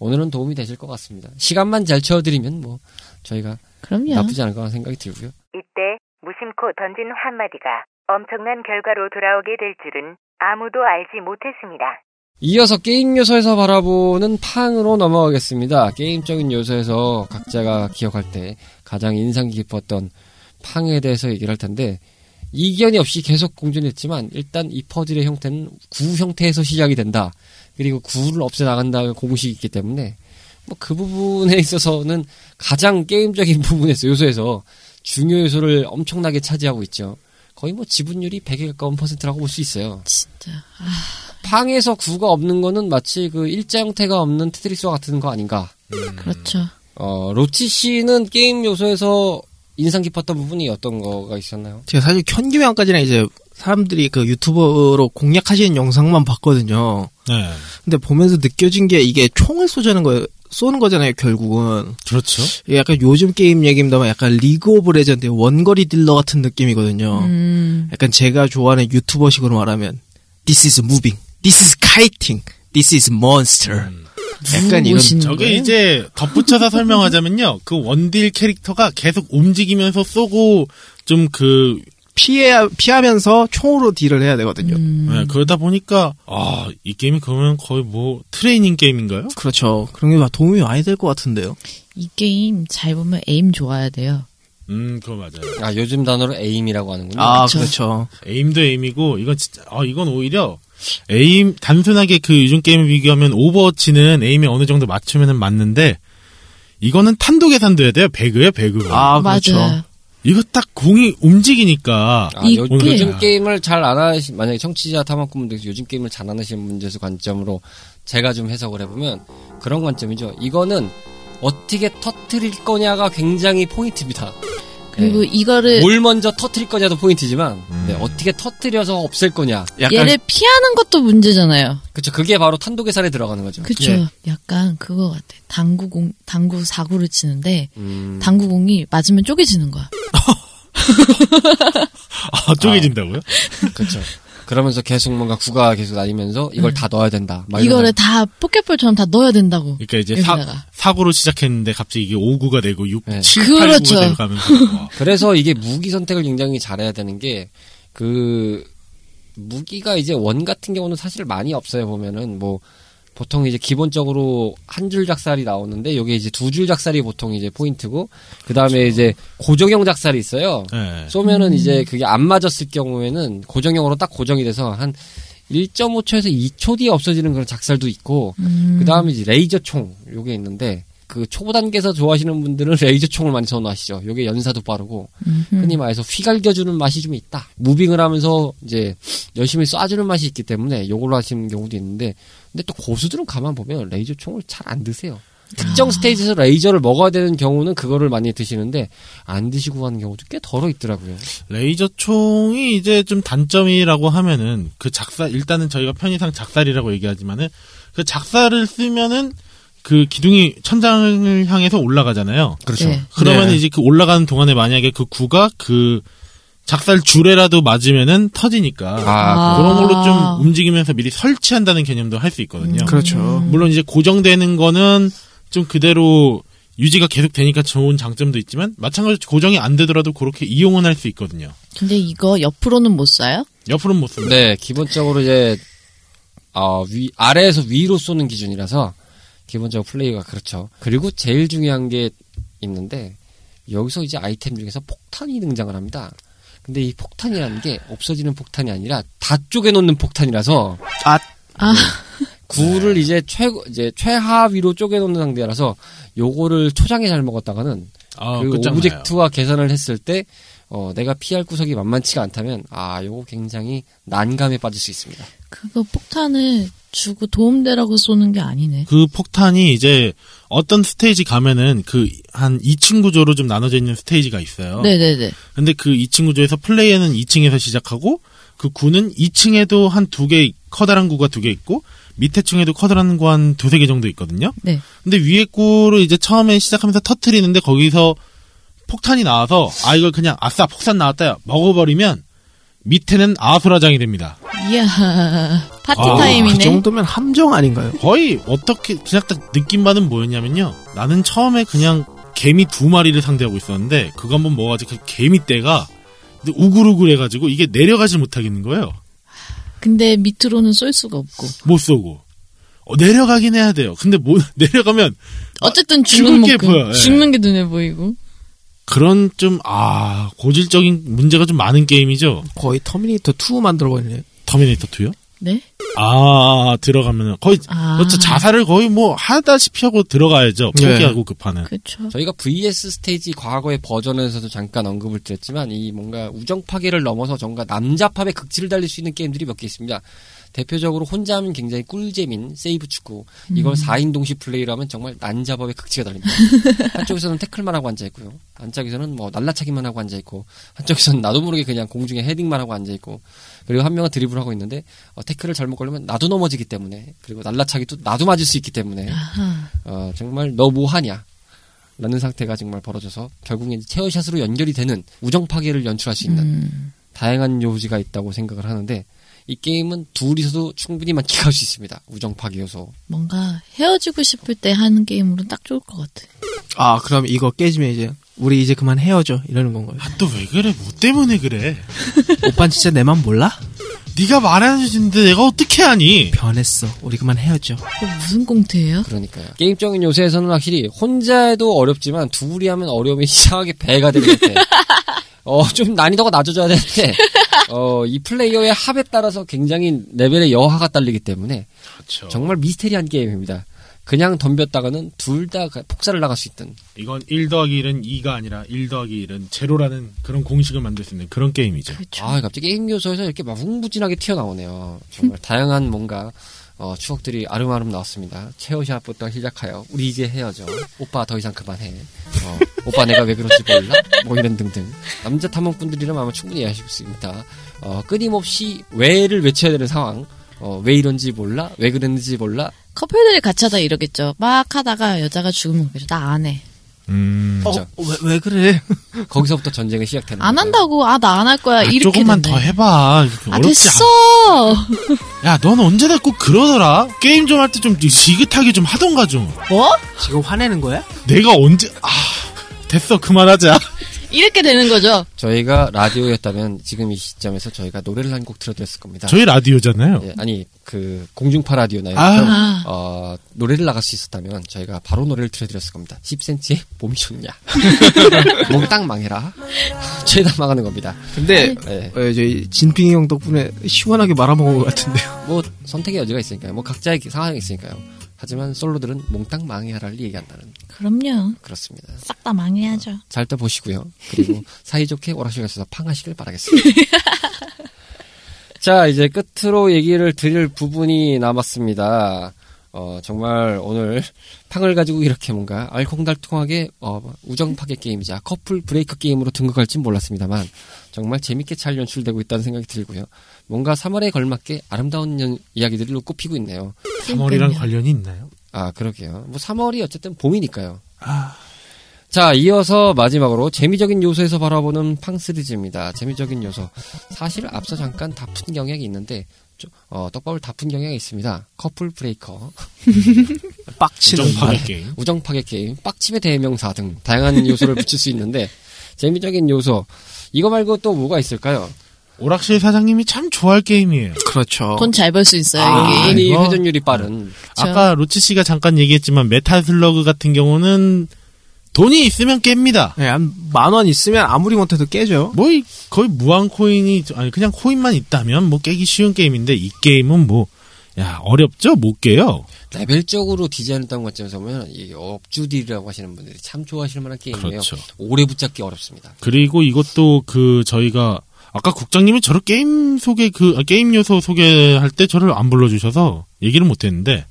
S1: 오늘은 도움이 되실 것 같습니다. 시간만 잘 채워드리면 뭐 저희가
S4: 그럼요.
S1: 나쁘지 않을 거라는 생각이 들고요.
S2: 이때 무심코 던진 한마디가 엄청난 결과로 돌아오게 될 줄은 아무도 알지 못했습니다.
S1: 이어서 게임 요소에서 바라보는 팡으로 넘어가겠습니다. 게임적인 요소에서 각자가 기억할 때 가장 인상 깊었던 팡에 대해서 얘기를 할 텐데 이견이 없이 계속 공존했지만 일단 이 퍼즐의 형태는 구 형태에서 시작이 된다. 그리고 구를 없애 나간다는 공식이 있기 때문에 뭐 그 부분에 있어서는 가장 게임적인 부분에서 요소에서 중요 요소를 엄청나게 차지하고 있죠. 거의 뭐 지분율이 100에 가까운 퍼센트라고 볼 수 있어요.
S4: 진짜.
S1: 팡에서 구가 없는 거는 마치 그 일자 형태가 없는 테트리스와 같은 거 아닌가.
S4: 그렇죠.
S1: 어, 로치 씨는 게임 요소에서 인상 깊었던 부분이 어떤 거가 있었나요?
S3: 제가 사실 현기명까지는 이제 사람들이 그 유튜버로 공략하시는 영상만 봤거든요.
S5: 네,
S3: 근데 보면서 느껴진 게 이게 총을 쏘자는 거 쏘는 거잖아요, 결국은.
S5: 그렇죠.
S3: 이게 약간 요즘 게임 얘기입니다만 약간 리그 오브 레전드 의 원거리 딜러 같은 느낌이거든요.
S4: 음.
S3: 약간 제가 좋아하는 유튜버식으로 말하면 this is moving, this is kiting, this is monster.
S1: 음.
S3: 약간 이런
S4: 무엇인가?
S5: 저게
S4: 거예요?
S5: 이제 덧붙여서 설명하자면요, 그 원딜 캐릭터가 계속 움직이면서 쏘고 좀 그
S3: 피해 피하면서 총으로 딜을 해야 되거든요.
S4: 음.
S5: 네, 그러다 보니까 아 이 게임이 그러면 거의 뭐 트레이닝 게임인가요?
S3: 그렇죠. 그런 게 도움이 많이 될 것 같은데요.
S4: 이 게임 잘 보면 에임 좋아야 돼요.
S5: 음, 그거 맞아요.
S1: 아, 요즘 단어로 에임이라고 하는군요.
S3: 아 그렇죠.
S5: 에임도 에임이고 이건 진짜 아 이건 오히려 에임 단순하게 그 요즘 게임에 비교하면 오버워치는 에임이 어느 정도 맞추면은 맞는데 이거는 탄도 계산도 해야 돼요 배그예요 배그
S3: 아 그렇죠.
S4: 맞아요.
S5: 이거 딱 공이 움직이니까
S1: 아,
S4: 이
S1: 요,
S5: 게임.
S1: 요즘 게임을 잘 안 하시, 만약에 청취자 탐험꾼분들께서 요즘 게임을 잘 안 하시는 분들에서 관점으로 제가 좀 해석을 해보면 그런 관점이죠. 이거는 어떻게 터트릴 거냐가 굉장히 포인트입니다.
S4: 그리고 이거를
S1: 뭘 먼저 터트릴 거냐도 포인트지만
S5: 음.
S1: 네, 어떻게 터트려서 없앨 거냐
S3: 약간
S4: 얘를 피하는 것도 문제잖아요.
S1: 그렇죠. 그게 바로 탄도 계산에 들어가는 거죠.
S4: 그쵸.
S3: 예.
S4: 약간 그거 같아. 당구공, 당구 사구를 치는데,
S1: 음,
S4: 당구공이 맞으면 쪼개지는 거야.
S5: 아 쪼개진다고요?
S1: 그렇죠. 그러면서 계속 뭔가 구가 계속 나뉘면서 이걸 다 넣어야 된다. 막 이런
S4: 이거를 다 포켓볼처럼 다 넣어야 된다고.
S5: 그러니까 이제
S4: 여기다가.
S5: 사, 사고로 시작했는데 갑자기 이게 5구가 되고 6,
S1: 네.
S5: 7,
S4: 그렇죠.
S5: 8구가 되고 가면서 어. 와.
S1: 그래서 이게 무기 선택을 굉장히 잘해야 되는 게 그 무기가 이제 원 같은 경우는 사실 많이 없어요 보면은 뭐 보통 이제 기본적으로 한 줄 작살이 나오는데 요게 이제 두 줄 작살이 보통 이제 포인트고 그다음에 이제 고정형 작살이 있어요.
S5: 네.
S1: 쏘면은 이제 그게 안 맞았을 경우에는 고정형으로 딱 고정이 돼서 한 1.5초에서 2초 뒤에 없어지는 그런 작살도 있고
S4: 음.
S1: 그 다음에 이제 레이저 총 요게 있는데 그 초보 단계에서 좋아하시는 분들은 레이저 총을 많이 선호하시죠. 요게 연사도 빠르고
S4: 음흠.
S1: 흔히 말해서 휘갈겨주는 맛이 좀 있다. 무빙을 하면서 이제 열심히 쏴주는 맛이 있기 때문에 요걸로 하시는 경우도 있는데 근데 또 고수들은 가만 보면 레이저 총을 잘 안 드세요.
S4: 아.
S1: 특정 스테이지에서 레이저를 먹어야 되는 경우는 그거를 많이 드시는데 안 드시고 하는 경우도 꽤 덜어 있더라고요.
S5: 레이저 총이 이제 좀 단점이라고 하면은 그 작살 일단은 저희가 편의상 작살이라고 얘기하지만은 그 작살을 쓰면은 그 기둥이 천장을 향해서 올라가잖아요.
S1: 그렇죠.
S4: 예.
S5: 그러면
S3: 네.
S5: 이제 그 올라가는 동안에 만약에 그 구가 그 작살 줄에라도 맞으면은 터지니까
S1: 아,
S5: 그런 걸로 좀 움직이면서 미리 설치한다는 개념도 할 수 있거든요.
S3: 그렇죠.
S4: 음.
S5: 물론 이제 고정되는 거는 좀 그대로 유지가 계속 되니까 좋은 장점도 있지만 마찬가지로 고정이 안 되더라도 그렇게 이용은 할 수 있거든요.
S4: 근데 이거 옆으로는 못 쏴요?
S5: 옆으로는 못 씁니다.
S1: 네, 기본적으로 이제 어, 위 아래에서 위로 쏘는 기준이라서 기본적으로 플레이가 그렇죠. 그리고 제일 중요한 게 있는데 여기서 이제 아이템 중에서 폭탄이 등장을 합니다. 근데 이 폭탄이라는 게 없어지는 폭탄이 아니라 다 쪼개 놓는 폭탄이라서 네.
S3: 아
S4: 아,
S1: 구를
S5: 네.
S1: 이제 최 이제 최하위로 쪼개 놓는 상태라서 요거를 초장에 잘 먹었다가는
S5: 아,
S1: 그
S5: 끝장나요.
S1: 오브젝트와 계산을 했을 때 어, 내가 피할 구석이 만만치가 않다면 아 요거 굉장히 난감에 빠질 수 있습니다.
S4: 그거 폭탄을 주고 도움되라고 쏘는 게 아니네.
S5: 그 폭탄이 이제 어떤 스테이지 가면은 그 한 2층 구조로 좀 나눠져 있는 스테이지가 있어요.
S4: 네네네.
S5: 근데 그 2층 구조에서 플레이어는 2층에서 시작하고 그 구는 2층에도 한 두 개 커다란 구가 두 개 있고 밑에 층에도 커다란 구 한 두세 개 정도 있거든요.
S4: 네.
S5: 근데 위에 구를 이제 처음에 시작하면서 터트리는데 거기서 폭탄이 나와서 아 이걸 그냥 아싸 폭탄 나왔다 먹어버리면 밑에는 아수라장이 됩니다.
S4: 이야 파티
S5: 아,
S4: 타임이네.
S3: 그 정도면 함정 아닌가요?
S5: 거의 어떻게 그냥 딱 느낌만은 뭐였냐면요. 나는 처음에 그냥 개미 두 마리를 상대하고 있었는데 그거 한번 먹어가지고 그 개미 떼가 우글우글해가지고 이게 내려가질 못하겠는 거예요.
S4: 근데 밑으로는 쏠 수가 없고.
S5: 못 쏘고 어, 내려가긴 해야 돼요. 근데 못 내려가면
S4: 어쨌든
S5: 아, 죽을
S4: 죽는
S5: 게
S4: 만큼
S5: 보여, 예.
S4: 죽는 게 눈에 보이고.
S5: 그런 좀 아 고질적인 문제가 좀 많은 게임이죠.
S3: 거의 터미네이터 2 만들어버리네.
S5: 터미네이터 2요?
S4: 네?
S5: 아 들어가면 거의
S4: 아.
S5: 어째 자살을 거의 뭐 하다시피 하고 들어가야죠.
S3: 예.
S5: 포기하고 급하는.
S4: 그렇죠.
S1: 저희가 VS 스테이지 과거의 버전에서도 잠깐 언급을 드렸지만 이 뭔가 우정 파괴를 넘어서 뭔가 남자 팝의 극치를 달릴 수 있는 게임들이 몇 개 있습니다. 대표적으로 혼자 하면 굉장히 꿀잼인 세이브 축구 이걸 4인 동시 플레이로 하면 정말 난잡업의 극치가 달립니다. 한쪽에서는 태클만 하고 앉아있고요. 한쪽에서는 뭐 날라차기만 하고 앉아있고 한쪽에서는 나도 모르게 그냥 공중에 헤딩만 하고 앉아있고 그리고 한 명은 드리블을 하고 있는데 어, 태클을 잘못 걸리면 나도 넘어지기 때문에 그리고 날라차기도 나도 맞을 수 있기 때문에
S4: 아하.
S1: 어, 정말 너 뭐 하냐? 라는 상태가 정말 벌어져서 결국엔 체어샷으로 연결이 되는 우정 파괴를 연출할 수 있는
S4: 음.
S1: 다양한 요지가 있다고 생각을 하는데 이 게임은 둘이서도 충분히 만끽할 수 있습니다. 우정 파괴 요소.
S4: 뭔가 헤어지고 싶을 때 하는 게임으로 딱 좋을 것 같아.
S3: 아, 그럼 이거 깨지면 이제 우리 이제 그만 헤어져 이러는 건가요?
S5: 아, 또 왜 그래? 뭐 때문에 그래?
S3: 오빠 진짜 내 맘 몰라?
S5: 네가 말해주는데 내가 어떻게 하니?
S3: 변했어. 우리 그만 헤어져.
S4: 그거 무슨 공태예요?
S1: 그러니까요. 게임적인 요소에서는 확실히 혼자 해도 어렵지만 둘이 하면 어려움이 이상하게 배가 되는 것 같아. 어, 좀 난이도가 낮아져야 되는데, 어, 이 플레이어의 합에 따라서 굉장히 레벨의 여하가 딸리기 때문에
S5: 그렇죠.
S1: 정말 미스테리한 게임입니다. 그냥 덤볐다가는 둘 다 폭사를 나갈 수 있든
S5: 이건 1 더하기 1은 2가 아니라 1 더하기 1은 제로라는 그런 공식을 만들 수 있는 그런 게임이죠.
S4: 그렇죠.
S1: 아, 갑자기 게임 요소에서 이렇게 막 흥부진하게 튀어나오네요. 정말 다양한 뭔가 어, 추억들이 아름아름 나왔습니다. 체어샷부터 시작하여 우리 이제 헤어져. 오빠 더 이상 그만해. 어, 오빠 내가 왜 그런지 몰라? 뭐 이런 등등. 남자 탐험꾼들이라면 아마 충분히 이해하실 수 있습니다. 어, 끊임없이 왜를 외쳐야 되는 상황. 어, 왜 이런지 몰라? 왜 그랬는지 몰라?
S4: 커플들이 같이 하다 이러겠죠. 막 하다가 여자가 죽으면 그죠. 나 안 해.
S5: 음.
S3: 어,
S1: 진짜.
S3: 왜, 왜 그래?
S1: 거기서부터 전쟁이 시작되는
S4: 안
S1: 거예요.
S4: 한다고. 아 나 안 할 거야. 이렇게
S5: 조금만
S4: 된대.
S5: 더 해봐. 이렇게
S4: 아
S5: 어렵지
S4: 됐어.
S5: 않- 야, 넌 언제 자꾸 그러더라? 게임 좀 할 때 좀 지긋하게 좀 하던가 좀.
S4: 뭐?
S3: 지금 화내는 거야?
S5: 내가 언제 아 됐어 그만하자.
S4: 이렇게 되는 거죠.
S1: 저희가 라디오였다면 지금 이 시점에서 저희가 노래를 한 곡 들어드렸을 겁니다.
S5: 저희 라디오잖아요.
S4: 네.
S1: 예, 아니 그 공중파 라디오나요?
S5: 아.
S1: 어, 노래를 나갈 수 있었다면 저희가 바로 노래를 들려드렸을 겁니다. 10cm의 몸이 좋냐? 몽땅 망해라. 죄다 망하는 겁니다.
S3: 근데
S1: 네.
S3: 어, 저희 진핑이 형 덕분에 시원하게 말아먹은 것 같은데요.
S1: 뭐 선택의 여지가 있으니까요. 뭐 각자의 상황이 있으니까요. 하지만 솔로들은 몽땅 망해라를 얘기한다는
S4: 그럼요.
S1: 그렇습니다.
S4: 싹 다 망해야죠.
S1: 잘 때 보시고요. 그리고 사이좋게 오락실 가서 팡하시길 바라겠습니다. 자, 이제 끝으로 얘기를 드릴 부분이 남았습니다. 어, 정말 오늘 팡을 가지고 이렇게 뭔가 알콩달콩하게 어, 우정파괴 게임이자 커플 브레이크 게임으로 등극할진 몰랐습니다만 정말 재밌게 잘 연출되고 있다는 생각이 들고요. 뭔가 3월에 걸맞게 아름다운 연- 이야기들로 꼽히고 있네요.
S5: 3월이랑 관련이 있나요?
S1: 아, 그러게요. 뭐 3월이 어쨌든 봄이니까요.
S5: 아.
S1: 자, 이어서 마지막으로 재미적인 요소에서 바라보는 팡 시리즈입니다. 재미적인 요소. 사실 앞서 잠깐 다 푼 경향이 있는데, 저- 어, 떡밥을 다 푼 경향이 있습니다. 커플 브레이커,
S3: 빡치는
S5: 정파괴
S3: 말.
S5: 게임.
S1: 우정 파괴 게임, 빡침의 대명사 등 다양한 요소를 붙일 수 있는데, 재미적인 요소. 이거 말고 또 뭐가 있을까요?
S5: 오락실 사장님이 참 좋아할 게임이에요.
S3: 그렇죠.
S4: 돈 잘 벌 수 있어요,
S5: 아,
S4: 여기.
S1: 당연히
S5: 이거?
S1: 회전율이 빠른.
S4: 그쵸.
S5: 아까 로치 씨가 잠깐 얘기했지만 메탈 슬러그 같은 경우는 돈이 있으면 깹니다.
S3: 네, 한만 원 있으면 아무리 못해도 깨죠.
S5: 뭐 이- 거의 무한 코인이 아니 그냥 코인만 있다면 뭐 깨기 쉬운 게임인데 이 게임은 뭐 야 어렵죠 못 깨요.
S1: 레벨적으로 디자인했다는 관점에서 보면 이 업주들이라고 하시는 분들이 참 좋아하실 만한 게임이에요.
S5: 그렇죠.
S1: 오래 붙잡기 어렵습니다.
S5: 그리고 이것도 그 저희가 아까 국장님이 저를 게임 소개 그 아, 게임 요소 소개할 때 저를 안 불러주셔서 얘기를 못했는데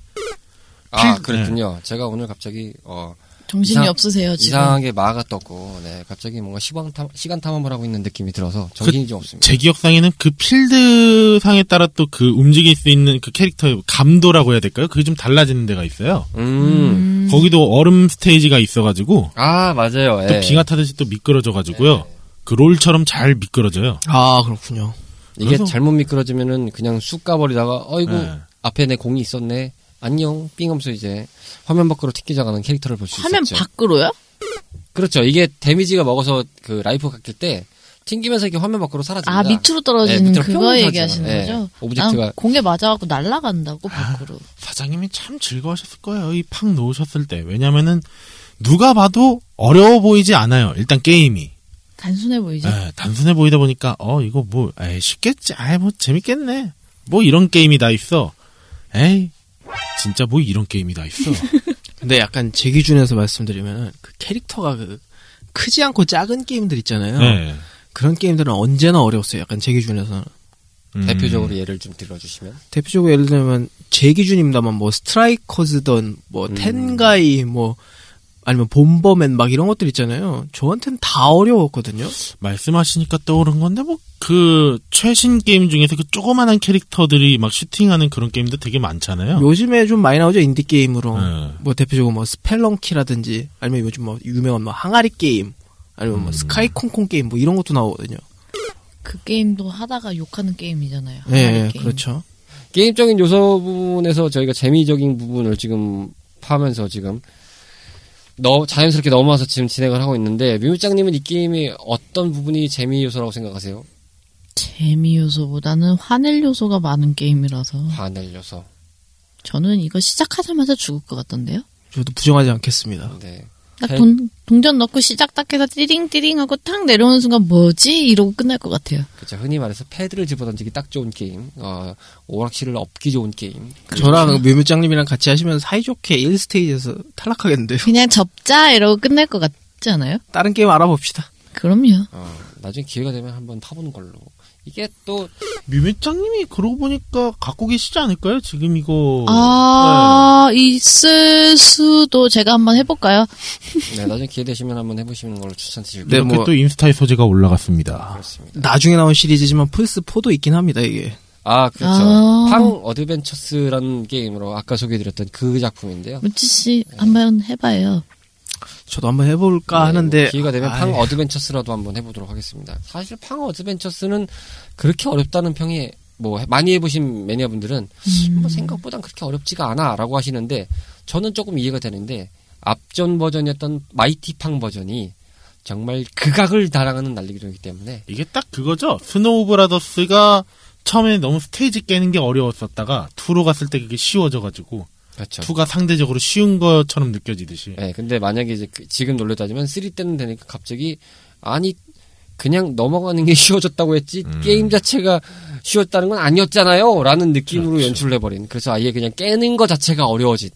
S1: 아
S5: 필-
S1: 그랬군요.
S5: 네.
S1: 제가 오늘 갑자기 어,
S4: 정신이
S1: 이상-
S4: 없으세요
S5: 아,
S4: 지금.
S1: 이상하게 마가 떴고 네 갑자기 뭔가 시방 탐- 시간 탐험을 하고 있는 느낌이 들어서 정신이 좀 없습니다.
S5: 제 기억상에는 그 필드 상에 따라 또 그 움직일 수 있는 그 캐릭터의 감도라고 해야 될까요? 그게 좀 달라지는 데가 있어요.
S1: 음.
S4: 음.
S5: 거기도 얼음 스테이지가 있어가지고
S1: 아 맞아요.
S5: 또
S1: 예.
S5: 빙하 타듯이 또 미끄러져가지고요. 그 롤처럼 잘 미끄러져요.
S3: 아 그렇군요.
S1: 이게
S5: 그래서-
S1: 잘못 미끄러지면은 그냥 쑥 가버리다가 어이구
S5: 네.
S1: 앞에 내 공이 있었네 안녕 삥하면서 이제 화면 밖으로 튕겨져가는 캐릭터를 볼 수 있었죠.
S4: 화면 밖으로요?
S1: 그렇죠. 이게 데미지가 먹어서 그 라이프 깎일 때 튕기면서 이게 화면 밖으로 사라집니다.
S4: 아 밑으로 떨어지는
S1: 네, 밑으로 뿅
S4: 그거
S1: 하잖아요.
S4: 얘기하시는
S1: 네.
S4: 거죠?
S1: 오브젝트가-
S4: 난 공에 맞아갖고 날아간다고 밖으로.
S5: 사장님이 참 즐거워하셨을 거예요. 이 팍 놓으셨을 때. 왜냐면은 누가 봐도 어려워 보이지 않아요. 일단 게임이.
S4: 단순해
S1: 네.
S4: 보이죠?
S1: 아.
S5: 에, 단순해 보이다 보니까 어 이거 뭐 에이, 쉽겠지. 아이 뭐 재밌겠네. 뭐 이런 게임이 다 있어. 에이 진짜 뭐 이런 게임이 다 있어.
S3: 근데 약간 제 기준에서 말씀드리면 그 캐릭터가 그 크지 않고 작은 게임들 있잖아요.
S5: 네.
S3: 그런 게임들은 언제나 어려웠어요. 약간 제 기준에서는
S5: 음.
S1: 대표적으로 예를 좀 들어주시면
S3: 대표적으로 예를 들면 제 기준입니다만 뭐 스트라이커즈든 뭐
S1: 음.
S3: 텐가이 뭐 아니면 본버맨 막 이런 것들 있잖아요. 저한테는 다 어려웠거든요.
S5: 말씀하시니까 떠오른 건데 뭐 그 최신 게임 중에서 그 조그만한 캐릭터들이 막 슈팅하는 그런 게임도 되게 많잖아요.
S3: 요즘에 좀 많이 나오죠 인디 게임으로.
S5: 어. 네.
S3: 뭐 대표적으로 뭐 스펠렁키라든지 아니면 요즘 뭐 유명한 뭐 항아리 게임 아니면 뭐 스카이 콩콩 게임 뭐 이런 것도 나오거든요.
S4: 그 게임도 하다가 욕하는 게임이잖아요.
S3: 네,
S4: 하나의 게임.
S3: 그렇죠.
S1: 게임적인 요소 부분에서 저희가 재미적인 부분을 지금 파면서 지금 너 자연스럽게 넘어와서 지금 진행을 하고 있는데 미무장님은 이 게임이 어떤 부분이 재미 요소라고 생각하세요?
S4: 재미 요소보다는 화낼 요소가 많은 게임이라서
S1: 화낼 요소.
S4: 저는 이거 시작하자마자 죽을 것 같던데요.
S3: 저도 부정하지 않겠습니다.
S1: 네. 네.
S4: 딱 돈 동전 넣고 시작 딱 해서 띠링띠링 하고 탁 내려오는 순간 뭐지 이러고 끝날 것 같아요.
S1: 그쵸. 흔히 말해서 패드를 집어던지기 딱 좋은 게임. 어, 오락실을 업기 좋은 게임.
S3: 저랑 묘묘장님이랑 같이 하시면 사이좋게 1스테이지에서 탈락하겠는데요.
S4: 그냥 접자 이러고 끝날 것 같지 않아요?
S3: 다른 게임 알아봅시다.
S4: 그럼요.
S1: 어, 나중에 기회가 되면 한번 파보는 걸로. 이게 또
S5: 뮤미짱님이 그러고 보니까 갖고 계시지 않을까요? 지금
S1: 네.
S5: 이거 네.
S4: 아 있을 수도 제가 한번 해볼까요?
S1: 네, 나중에 기회 되시면 한번 해보시는 걸로 추천드리고
S5: 네.
S3: 네,
S5: 이렇게
S3: 뭐-
S5: 또 인스타에 소재가 올라갔습니다.
S1: 그렇습니다.
S3: 나중에 나온 시리즈지만 플스4도 있긴 합니다, 이게.
S1: 아 그렇죠.
S4: 아.
S1: 팡 어드벤처스라는 게임으로 아까 소개해드렸던 그 작품인데요.
S4: 무치 씨 한번 해봐요.
S3: 저도 한번 해볼까 하는데.
S1: 네, 뭐 기회가 되면
S3: 아이,
S1: 팡 어드벤처스라도 한번 해보도록 하겠습니다. 사실 팡 어드벤처스는 그렇게 어렵다는 평이 뭐 해- 많이 해보신 매니아분들은 뭐 생각보단 그렇게 어렵지가 않아라고 하시는데 저는 조금 이해가 되는데 앞전 버전이었던 마이티 팡 버전이 정말 극악을 달하는 날리기이기 때문에
S5: 이게 딱 그거죠. 스노우 브라더스가 처음에 너무 스테이지 깨는 게 어려웠었다가 2로 갔을 때 그게 쉬워져가지고
S1: 그렇죠.
S5: 2가 상대적으로 쉬운 것처럼 느껴지듯이
S1: 예, 근데 만약에 이제 그- 지금 놀려 따지면 3 때는 되니까 갑자기 아니 그냥 넘어가는 게 쉬워졌다고 했지 게임 자체가 쉬웠다는 건 아니었잖아요라는 느낌으로 연출을 해버린 그래서 아예 그냥 깨는 거 자체가 어려워진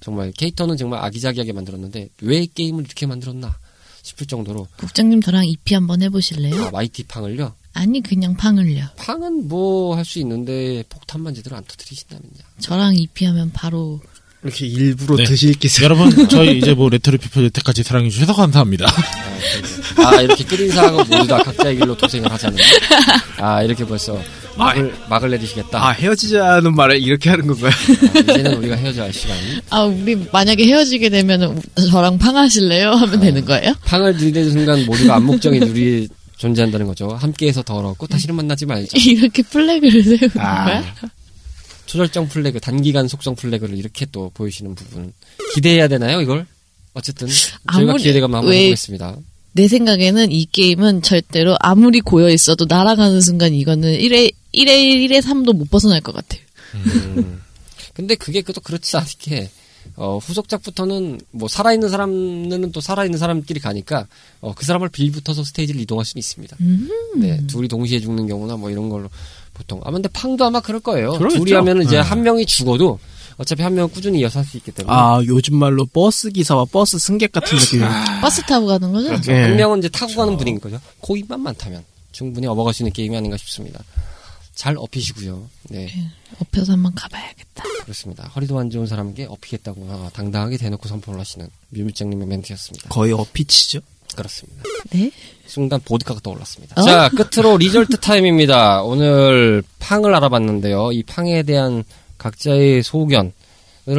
S1: 정말 캐릭터는 정말 아기자기하게 만들었는데 왜 게임을 이렇게 만들었나 싶을 정도로
S4: 국장님 저랑 EP 한번 해보실래요?
S1: 아, 마이티 팡을요
S4: 아니 그냥 팡을요.
S1: 팡은 뭐 할 수 있는데 폭탄만 제대로 안 터뜨리신다면요
S4: 저랑 EP 하면 바로
S3: 이렇게 일부러
S5: 네.
S3: 드실 기세.
S5: 여러분 저희 이제 뭐 레트로 피플 여태까지 사랑해 주셔서 감사합니다.
S1: 아 이렇게 끓인 사하고 모두 다 각자의 길로 도생을 하자는 아 이렇게 벌써 막을 막을 내리시겠다
S3: 아, 헤어지자는 말을 이렇게 하는 건가요?
S1: 이제는 우리가 헤어져야 할 시간.
S4: 아 우리 만약에 헤어지게 되면 저랑 팡하실래요? 하면 되는 거예요?
S1: 팡을 들이대는 순간 모두가 안목정이 둘이 존재한다는 거죠. 함께해서 더럽고 다시는 만나지 말자.
S4: 이렇게 플래그를 세우는 거야?
S1: 초절정 플래그, 단기간 속성 플래그를 이렇게 또 보이시는 부분. 기대해야 되나요, 이걸? 어쨌든 저희가
S4: 아무리-
S1: 기대감을 한번
S4: 왜-
S1: 해보겠습니다.
S4: 내 생각에는 이 게임은 절대로 아무리 고여 있어도 날아가는 순간 이거는 1회 1회 1회 3도 못 벗어날 것 같아요.
S1: 근데 그게 또 그렇지 않게 어, 후속작부터는 뭐 살아있는 사람은 또 살아있는 사람끼리 가니까 어, 그 사람을 빌붙어서 스테이지를 이동할 수는 있습니다. 네, 둘이 동시에 죽는 경우나 뭐 이런 걸로 보통. 아 근데 팡도 아마 그럴 거예요.
S5: 그러겠죠.
S1: 둘이 하면은 이제
S5: 네.
S1: 한 명이 죽어도 어차피 한 명은 꾸준히 이어서 할 수 있기 때문에
S3: 아, 요즘 말로 버스 기사와 버스 승객 같은
S1: 아,
S3: 느낌.
S4: 버스 타고 가는 거죠?
S3: 예.
S1: 한 명은 이제 타고 가는 분인 거죠. 고기만 많다면 충분히 업어갈 수 있는 게임이 아닌가 싶습니다. 잘 업히시고요. 네,
S4: 업혀서 한번 가봐야겠다.
S1: 그렇습니다. 허리도 안 좋은 사람에게 업히겠다고 아, 당당하게 대놓고 선포를 하시는 뮤밀장님의 멘트였습니다.
S3: 거의 어피치죠.
S1: 그렇습니다.
S4: 네?
S1: 순간 보드카가 떠올랐습니다.
S4: 어?
S1: 자, 끝으로 리절트 타임입니다. 오늘 팡을 알아봤는데요. 이 팡에 대한 각자의 소견을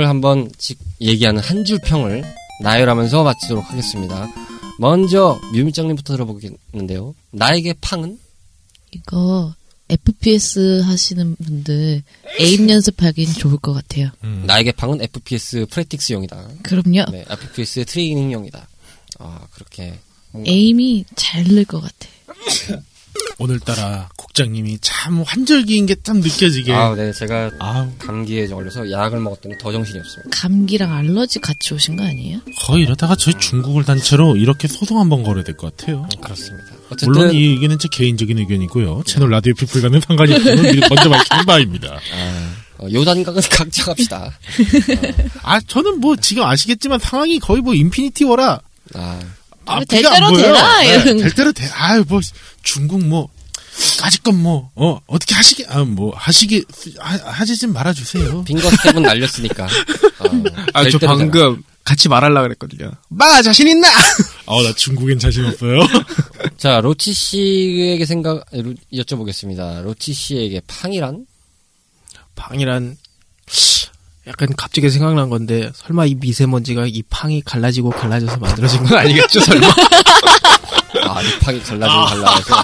S1: 한번 직- 얘기하는 한 줄 평을 나열하면서 마치도록 하겠습니다. 먼저 뮤미짱님부터 들어보겠는데요. 나에게 팡은
S4: 이거 FPS 하시는 분들 에임 연습하기엔 좋을 것 같아요.
S5: 음.
S1: 나에게 팡은 FPS 프랙틱스용이다.
S4: 그럼요.
S1: 음. 네, FPS의 트레이닝용이다. 아 그렇게 뭔가
S4: 에임이 잘 늘 것 같아.
S5: 오늘따라 국장님이 참 환절기인 게 참 느껴지게.
S1: 아, 네, 제가
S5: 아우,
S1: 감기에 걸려서 약을 먹었더니 더 정신이 없습니다.
S4: 감기랑 알러지 같이 오신 거 아니에요?
S5: 거의 이러다가 저희 중국을 단체로 이렇게 소송 한번 걸어야 될 것 같아요.
S1: 그렇습니다.
S5: 물론
S1: 어쨌든
S5: 이 의견은 제 개인적인 의견이고요. 채널 라디오 피플과는 상관이 없음을 미리 먼저 밝히는 바입니다.
S1: 어, 요단각은 각자 갑시다.
S5: 아, 저는 뭐 지금 아시겠지만 상황이 거의 뭐 인피니티 워라.
S1: 아,
S5: 아,
S4: 될
S5: 그게 안
S4: 대로
S5: 보여요. 네,
S4: 되라, 이런 거.
S5: 될 대로 돼. 아유, 뭐 중국 뭐 아직건 뭐 어, 어떻게 하시게 아, 뭐 하시게 하, 하시진 말아 주세요.
S1: 빙거 스텝은 날렸으니까. 어,
S3: 아,
S1: 될
S3: 저
S1: 대로 되라.
S3: 방금 같이 말하려고 그랬거든요. 마, 자신 있나?
S5: 아, 나 중국엔 자신 없어요.
S1: 자, 로치 씨에게 생각, 로- 여쭤보겠습니다. 로치 씨에게 팡이란?
S3: 방이란 약간 갑자기 생각난 건데 설마 이 미세먼지가 이 팡이 갈라지고 갈라져서 만들어진 건 아니겠죠 설마
S1: 아, 이 팡이 갈라지고 갈라져서.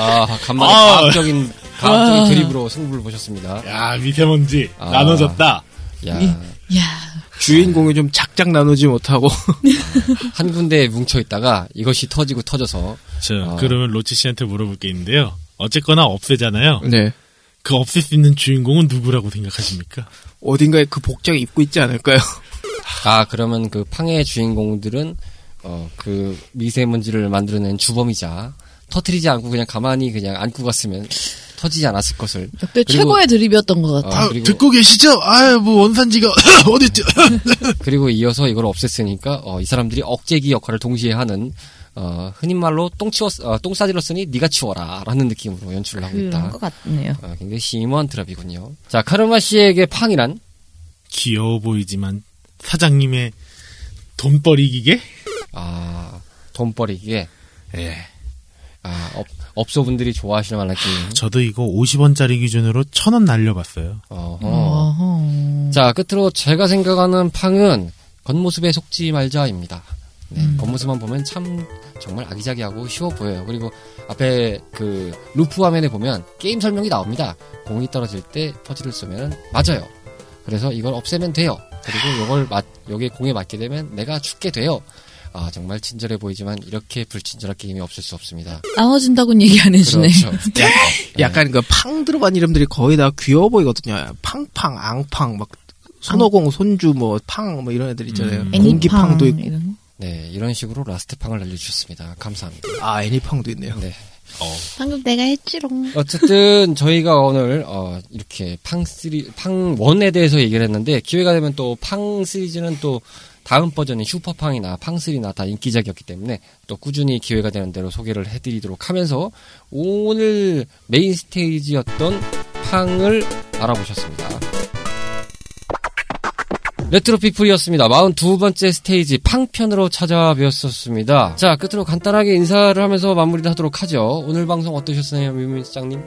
S1: 아, 간만에
S5: 아.
S1: 과학적인,
S3: 아.
S1: 과학적인 드립으로 승부를 보셨습니다.
S5: 야, 미세먼지
S1: 아.
S5: 나눠졌다.
S1: 야,
S4: 야
S3: 주인공이 좀 작작 나누지 못하고
S1: 한 군데에 뭉쳐있다가 이것이 터지고 터져서.
S5: 자,
S1: 아.
S5: 그러면 로치 씨한테 물어볼 게 있는데요. 어쨌거나 없애잖아요.
S3: 네
S5: 그 없앨 수 있는 주인공은 누구라고 생각하십니까?
S3: 어딘가에 그 복장 입고 있지 않을까요?
S1: 아, 그러면 그 팡의 주인공들은, 어, 그 미세먼지를 만들어낸 주범이자, 터트리지 않고 그냥 가만히 그냥 안고 갔으면 터지지 않았을 것을.
S4: 역대
S1: 그리고-
S4: 최고의 드립이었던 것 같아.
S1: 아, 그리고-
S5: 계시죠? 아유, 뭐 원산지가 어딨죠?
S1: 그리고 이어서 이걸 없앴으니까 어, 이 사람들이 억제기 역할을 동시에 하는 어, 흔히 말로 똥 치웠 어, 똥 싸질렀으니 네가 치워라라는 느낌으로 연출을 하고
S4: 그런
S1: 있다.
S4: 것 같네요.
S1: 어, 굉장히 심오한 드랍이군요. 자 카르마 씨에게 팡이란
S5: 귀여워 보이지만 사장님의 돈벌이 기계?
S1: 아 돈벌이기에
S5: 예.
S1: 아, 업, 업소분들이 좋아하실 만한 게임.
S5: 저도 이거 50원짜리 기준으로 천 원 날려봤어요.
S1: 어허.
S4: 어허.
S1: 자 끝으로 제가 생각하는 팡은 겉모습에 속지 말자입니다. 네, 겉모습만 보면 참 정말 아기자기하고 쉬워 보여요. 그리고 앞에 그 루프 화면에 보면 게임 설명이 나옵니다. 공이 떨어질 때 퍼즐을 쏘면 맞아요. 그래서 이걸 없애면 돼요. 그리고 이걸 맞 여기 공에 맞게 되면 내가 죽게 돼요. 아 정말 친절해 보이지만 이렇게 불친절한 게임이 없을 수 없습니다.
S4: 나눠준다고는 얘기 안 해주네.
S1: 그렇죠.
S3: 약간 그 팡 들어간 이름들이 거의 다 귀여워 보이거든요 팡팡 앙팡 막 손오공 손주 뭐 팡 뭐 이런 애들 있잖아요
S5: 음.
S3: 공기팡도
S4: 애니팡
S3: 있고
S4: 이런 거.
S1: 네 이런 식으로 라스트 팡을 날려주셨습니다. 감사합니다.
S3: 아 애니팡도 있네요
S1: 네.
S4: 방금 내가 했지롱.
S1: 어쨌든 저희가 오늘 어, 이렇게 팡 쓰리 팡 원에 대해서 얘기를 했는데 기회가 되면 또 팡 시리즈는 또 다음 버전인 슈퍼팡이나 팡3나 다 인기작이었기 때문에 또 꾸준히 기회가 되는 대로 소개를 해드리도록 하면서 오늘 메인 스테이지였던 팡을 알아보셨습니다. 레트로 피플이었습니다. 42번째 스테이지 팡편으로 찾아뵈었었습니다. 자, 끝으로 간단하게 인사를 하면서 마무리를 하도록 하죠. 오늘 방송 어떠셨어요, 뮤미짱님?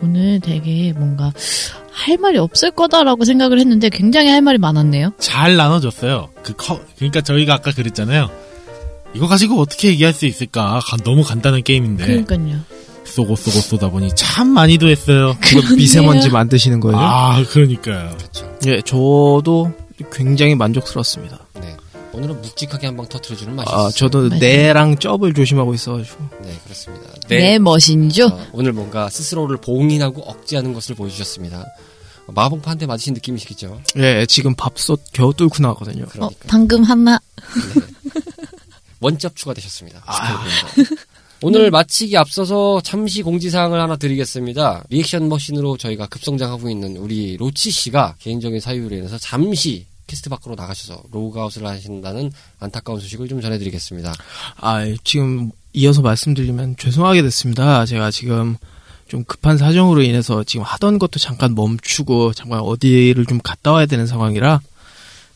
S4: 오늘 되게 뭔가 할 말이 없을 거다라고 생각을 했는데 굉장히 할 말이 많았네요.
S5: 잘 나눠줬어요. 그 커, 그러니까 저희가 아까 그랬잖아요. 이거 가지고 어떻게 얘기할 수 있을까? 간- 너무 간단한 게임인데
S4: 그러니까요.
S5: 쏘고 쏘고 쏘다 보니 참 많이도 했어요.
S3: 그거 미세먼지 만드시는 거예요?
S5: 아, 그러니까요.
S3: 예 저도 굉장히 만족스러웠습니다
S1: 네. 오늘은 묵직하게 한 방 터트려주는 맛이
S3: 아,
S1: 있어요.
S3: 저도
S4: 맞아요.
S3: 내랑 쩝을 조심하고 있어가지고.
S1: 네, 그렇습니다.
S4: 내 멋인죠?
S1: 어, 오늘 뭔가 스스로를 봉인하고 억제하는 것을 보여주셨습니다. 어, 마봉파 한대 맞으신 느낌이시겠죠?
S3: 예, 지금 밥솥 겨우 뚫고 나거든요.
S4: 어,
S1: 그러니까.
S4: 방금 하나
S1: 원점 추가되셨습니다. 축하드립니다. 오늘 마치기 앞서서 잠시 공지사항을 하나 드리겠습니다. 리액션 머신으로 저희가 급성장하고 있는 우리 로치 씨가 개인적인 사유로 인해서 잠시 캐스트 밖으로 나가셔서 로그아웃을 하신다는 안타까운 소식을 좀 전해드리겠습니다.
S3: 아, 지금 이어서 말씀드리면 죄송하게 됐습니다. 제가 지금 좀 급한 사정으로 인해서 지금 하던 것도 잠깐 멈추고 잠깐 어디를 좀 갔다 와야 되는 상황이라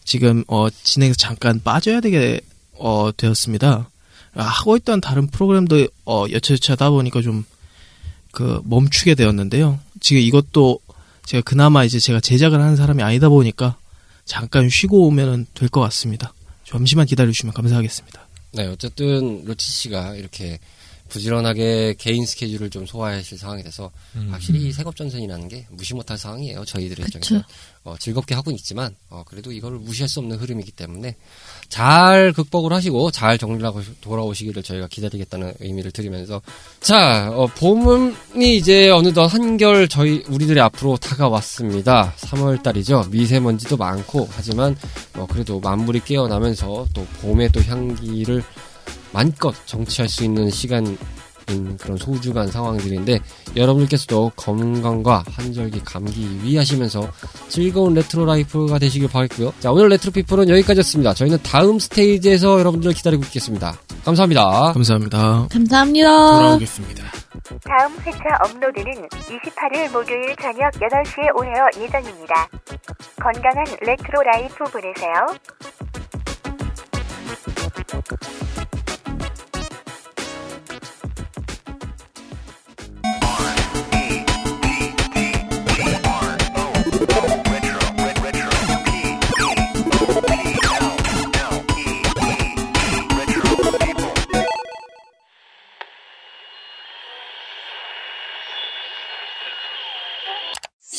S3: 지금 어, 진행에서 잠깐 빠져야 되게 어, 되었습니다. 아, 하고 있던 다른 프로그램도 어, 여차여차 하다 보니까 좀 그 멈추게 되었는데요. 지금 이것도 제가 그나마 이제 제가 제작을 하는 사람이 아니다 보니까 잠깐 쉬고 오면 될 것 같습니다. 잠시만 기다려주시면 감사하겠습니다.
S1: 네, 어쨌든 로치 씨가 이렇게 부지런하게 개인 스케줄을 좀 소화하실 상황이 돼서 확실히 이 세법전선이라는 게 무시 못할 상황이에요. 저희들의
S4: 그쵸.
S1: 입장에서 어, 즐겁게 하고 있지만 어, 그래도 이걸 무시할 수 없는 흐름이기 때문에 잘 극복을 하시고 잘 정리하고 돌아오시기를 저희가 기다리겠다는 의미를 드리면서 자 어, 봄이 이제 어느덧 한결 저희 우리들의 앞으로 다가왔습니다. 3월 달이죠. 미세먼지도 많고 하지만 어, 그래도 만물이 깨어나면서 또 봄의 또 향기를 만껏 정취할 수 있는 시간인 그런 소중한 상황들인데 여러분들께서도 건강과 한절기 감기 유의하시면서 즐거운 레트로 라이프가 되시길 바라겠고요. 자 오늘 레트로 피플은 여기까지였습니다. 저희는 다음 스테이지에서 여러분들을 기다리고 있겠습니다. 감사합니다.
S3: 감사합니다.
S4: 감사합니다.
S5: 돌아오겠습니다.
S2: 다음 회차 업로드는 28일 목요일 저녁 8시에 올려 예정입니다. 건강한 레트로 라이프 보내세요.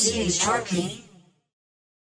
S7: CHRP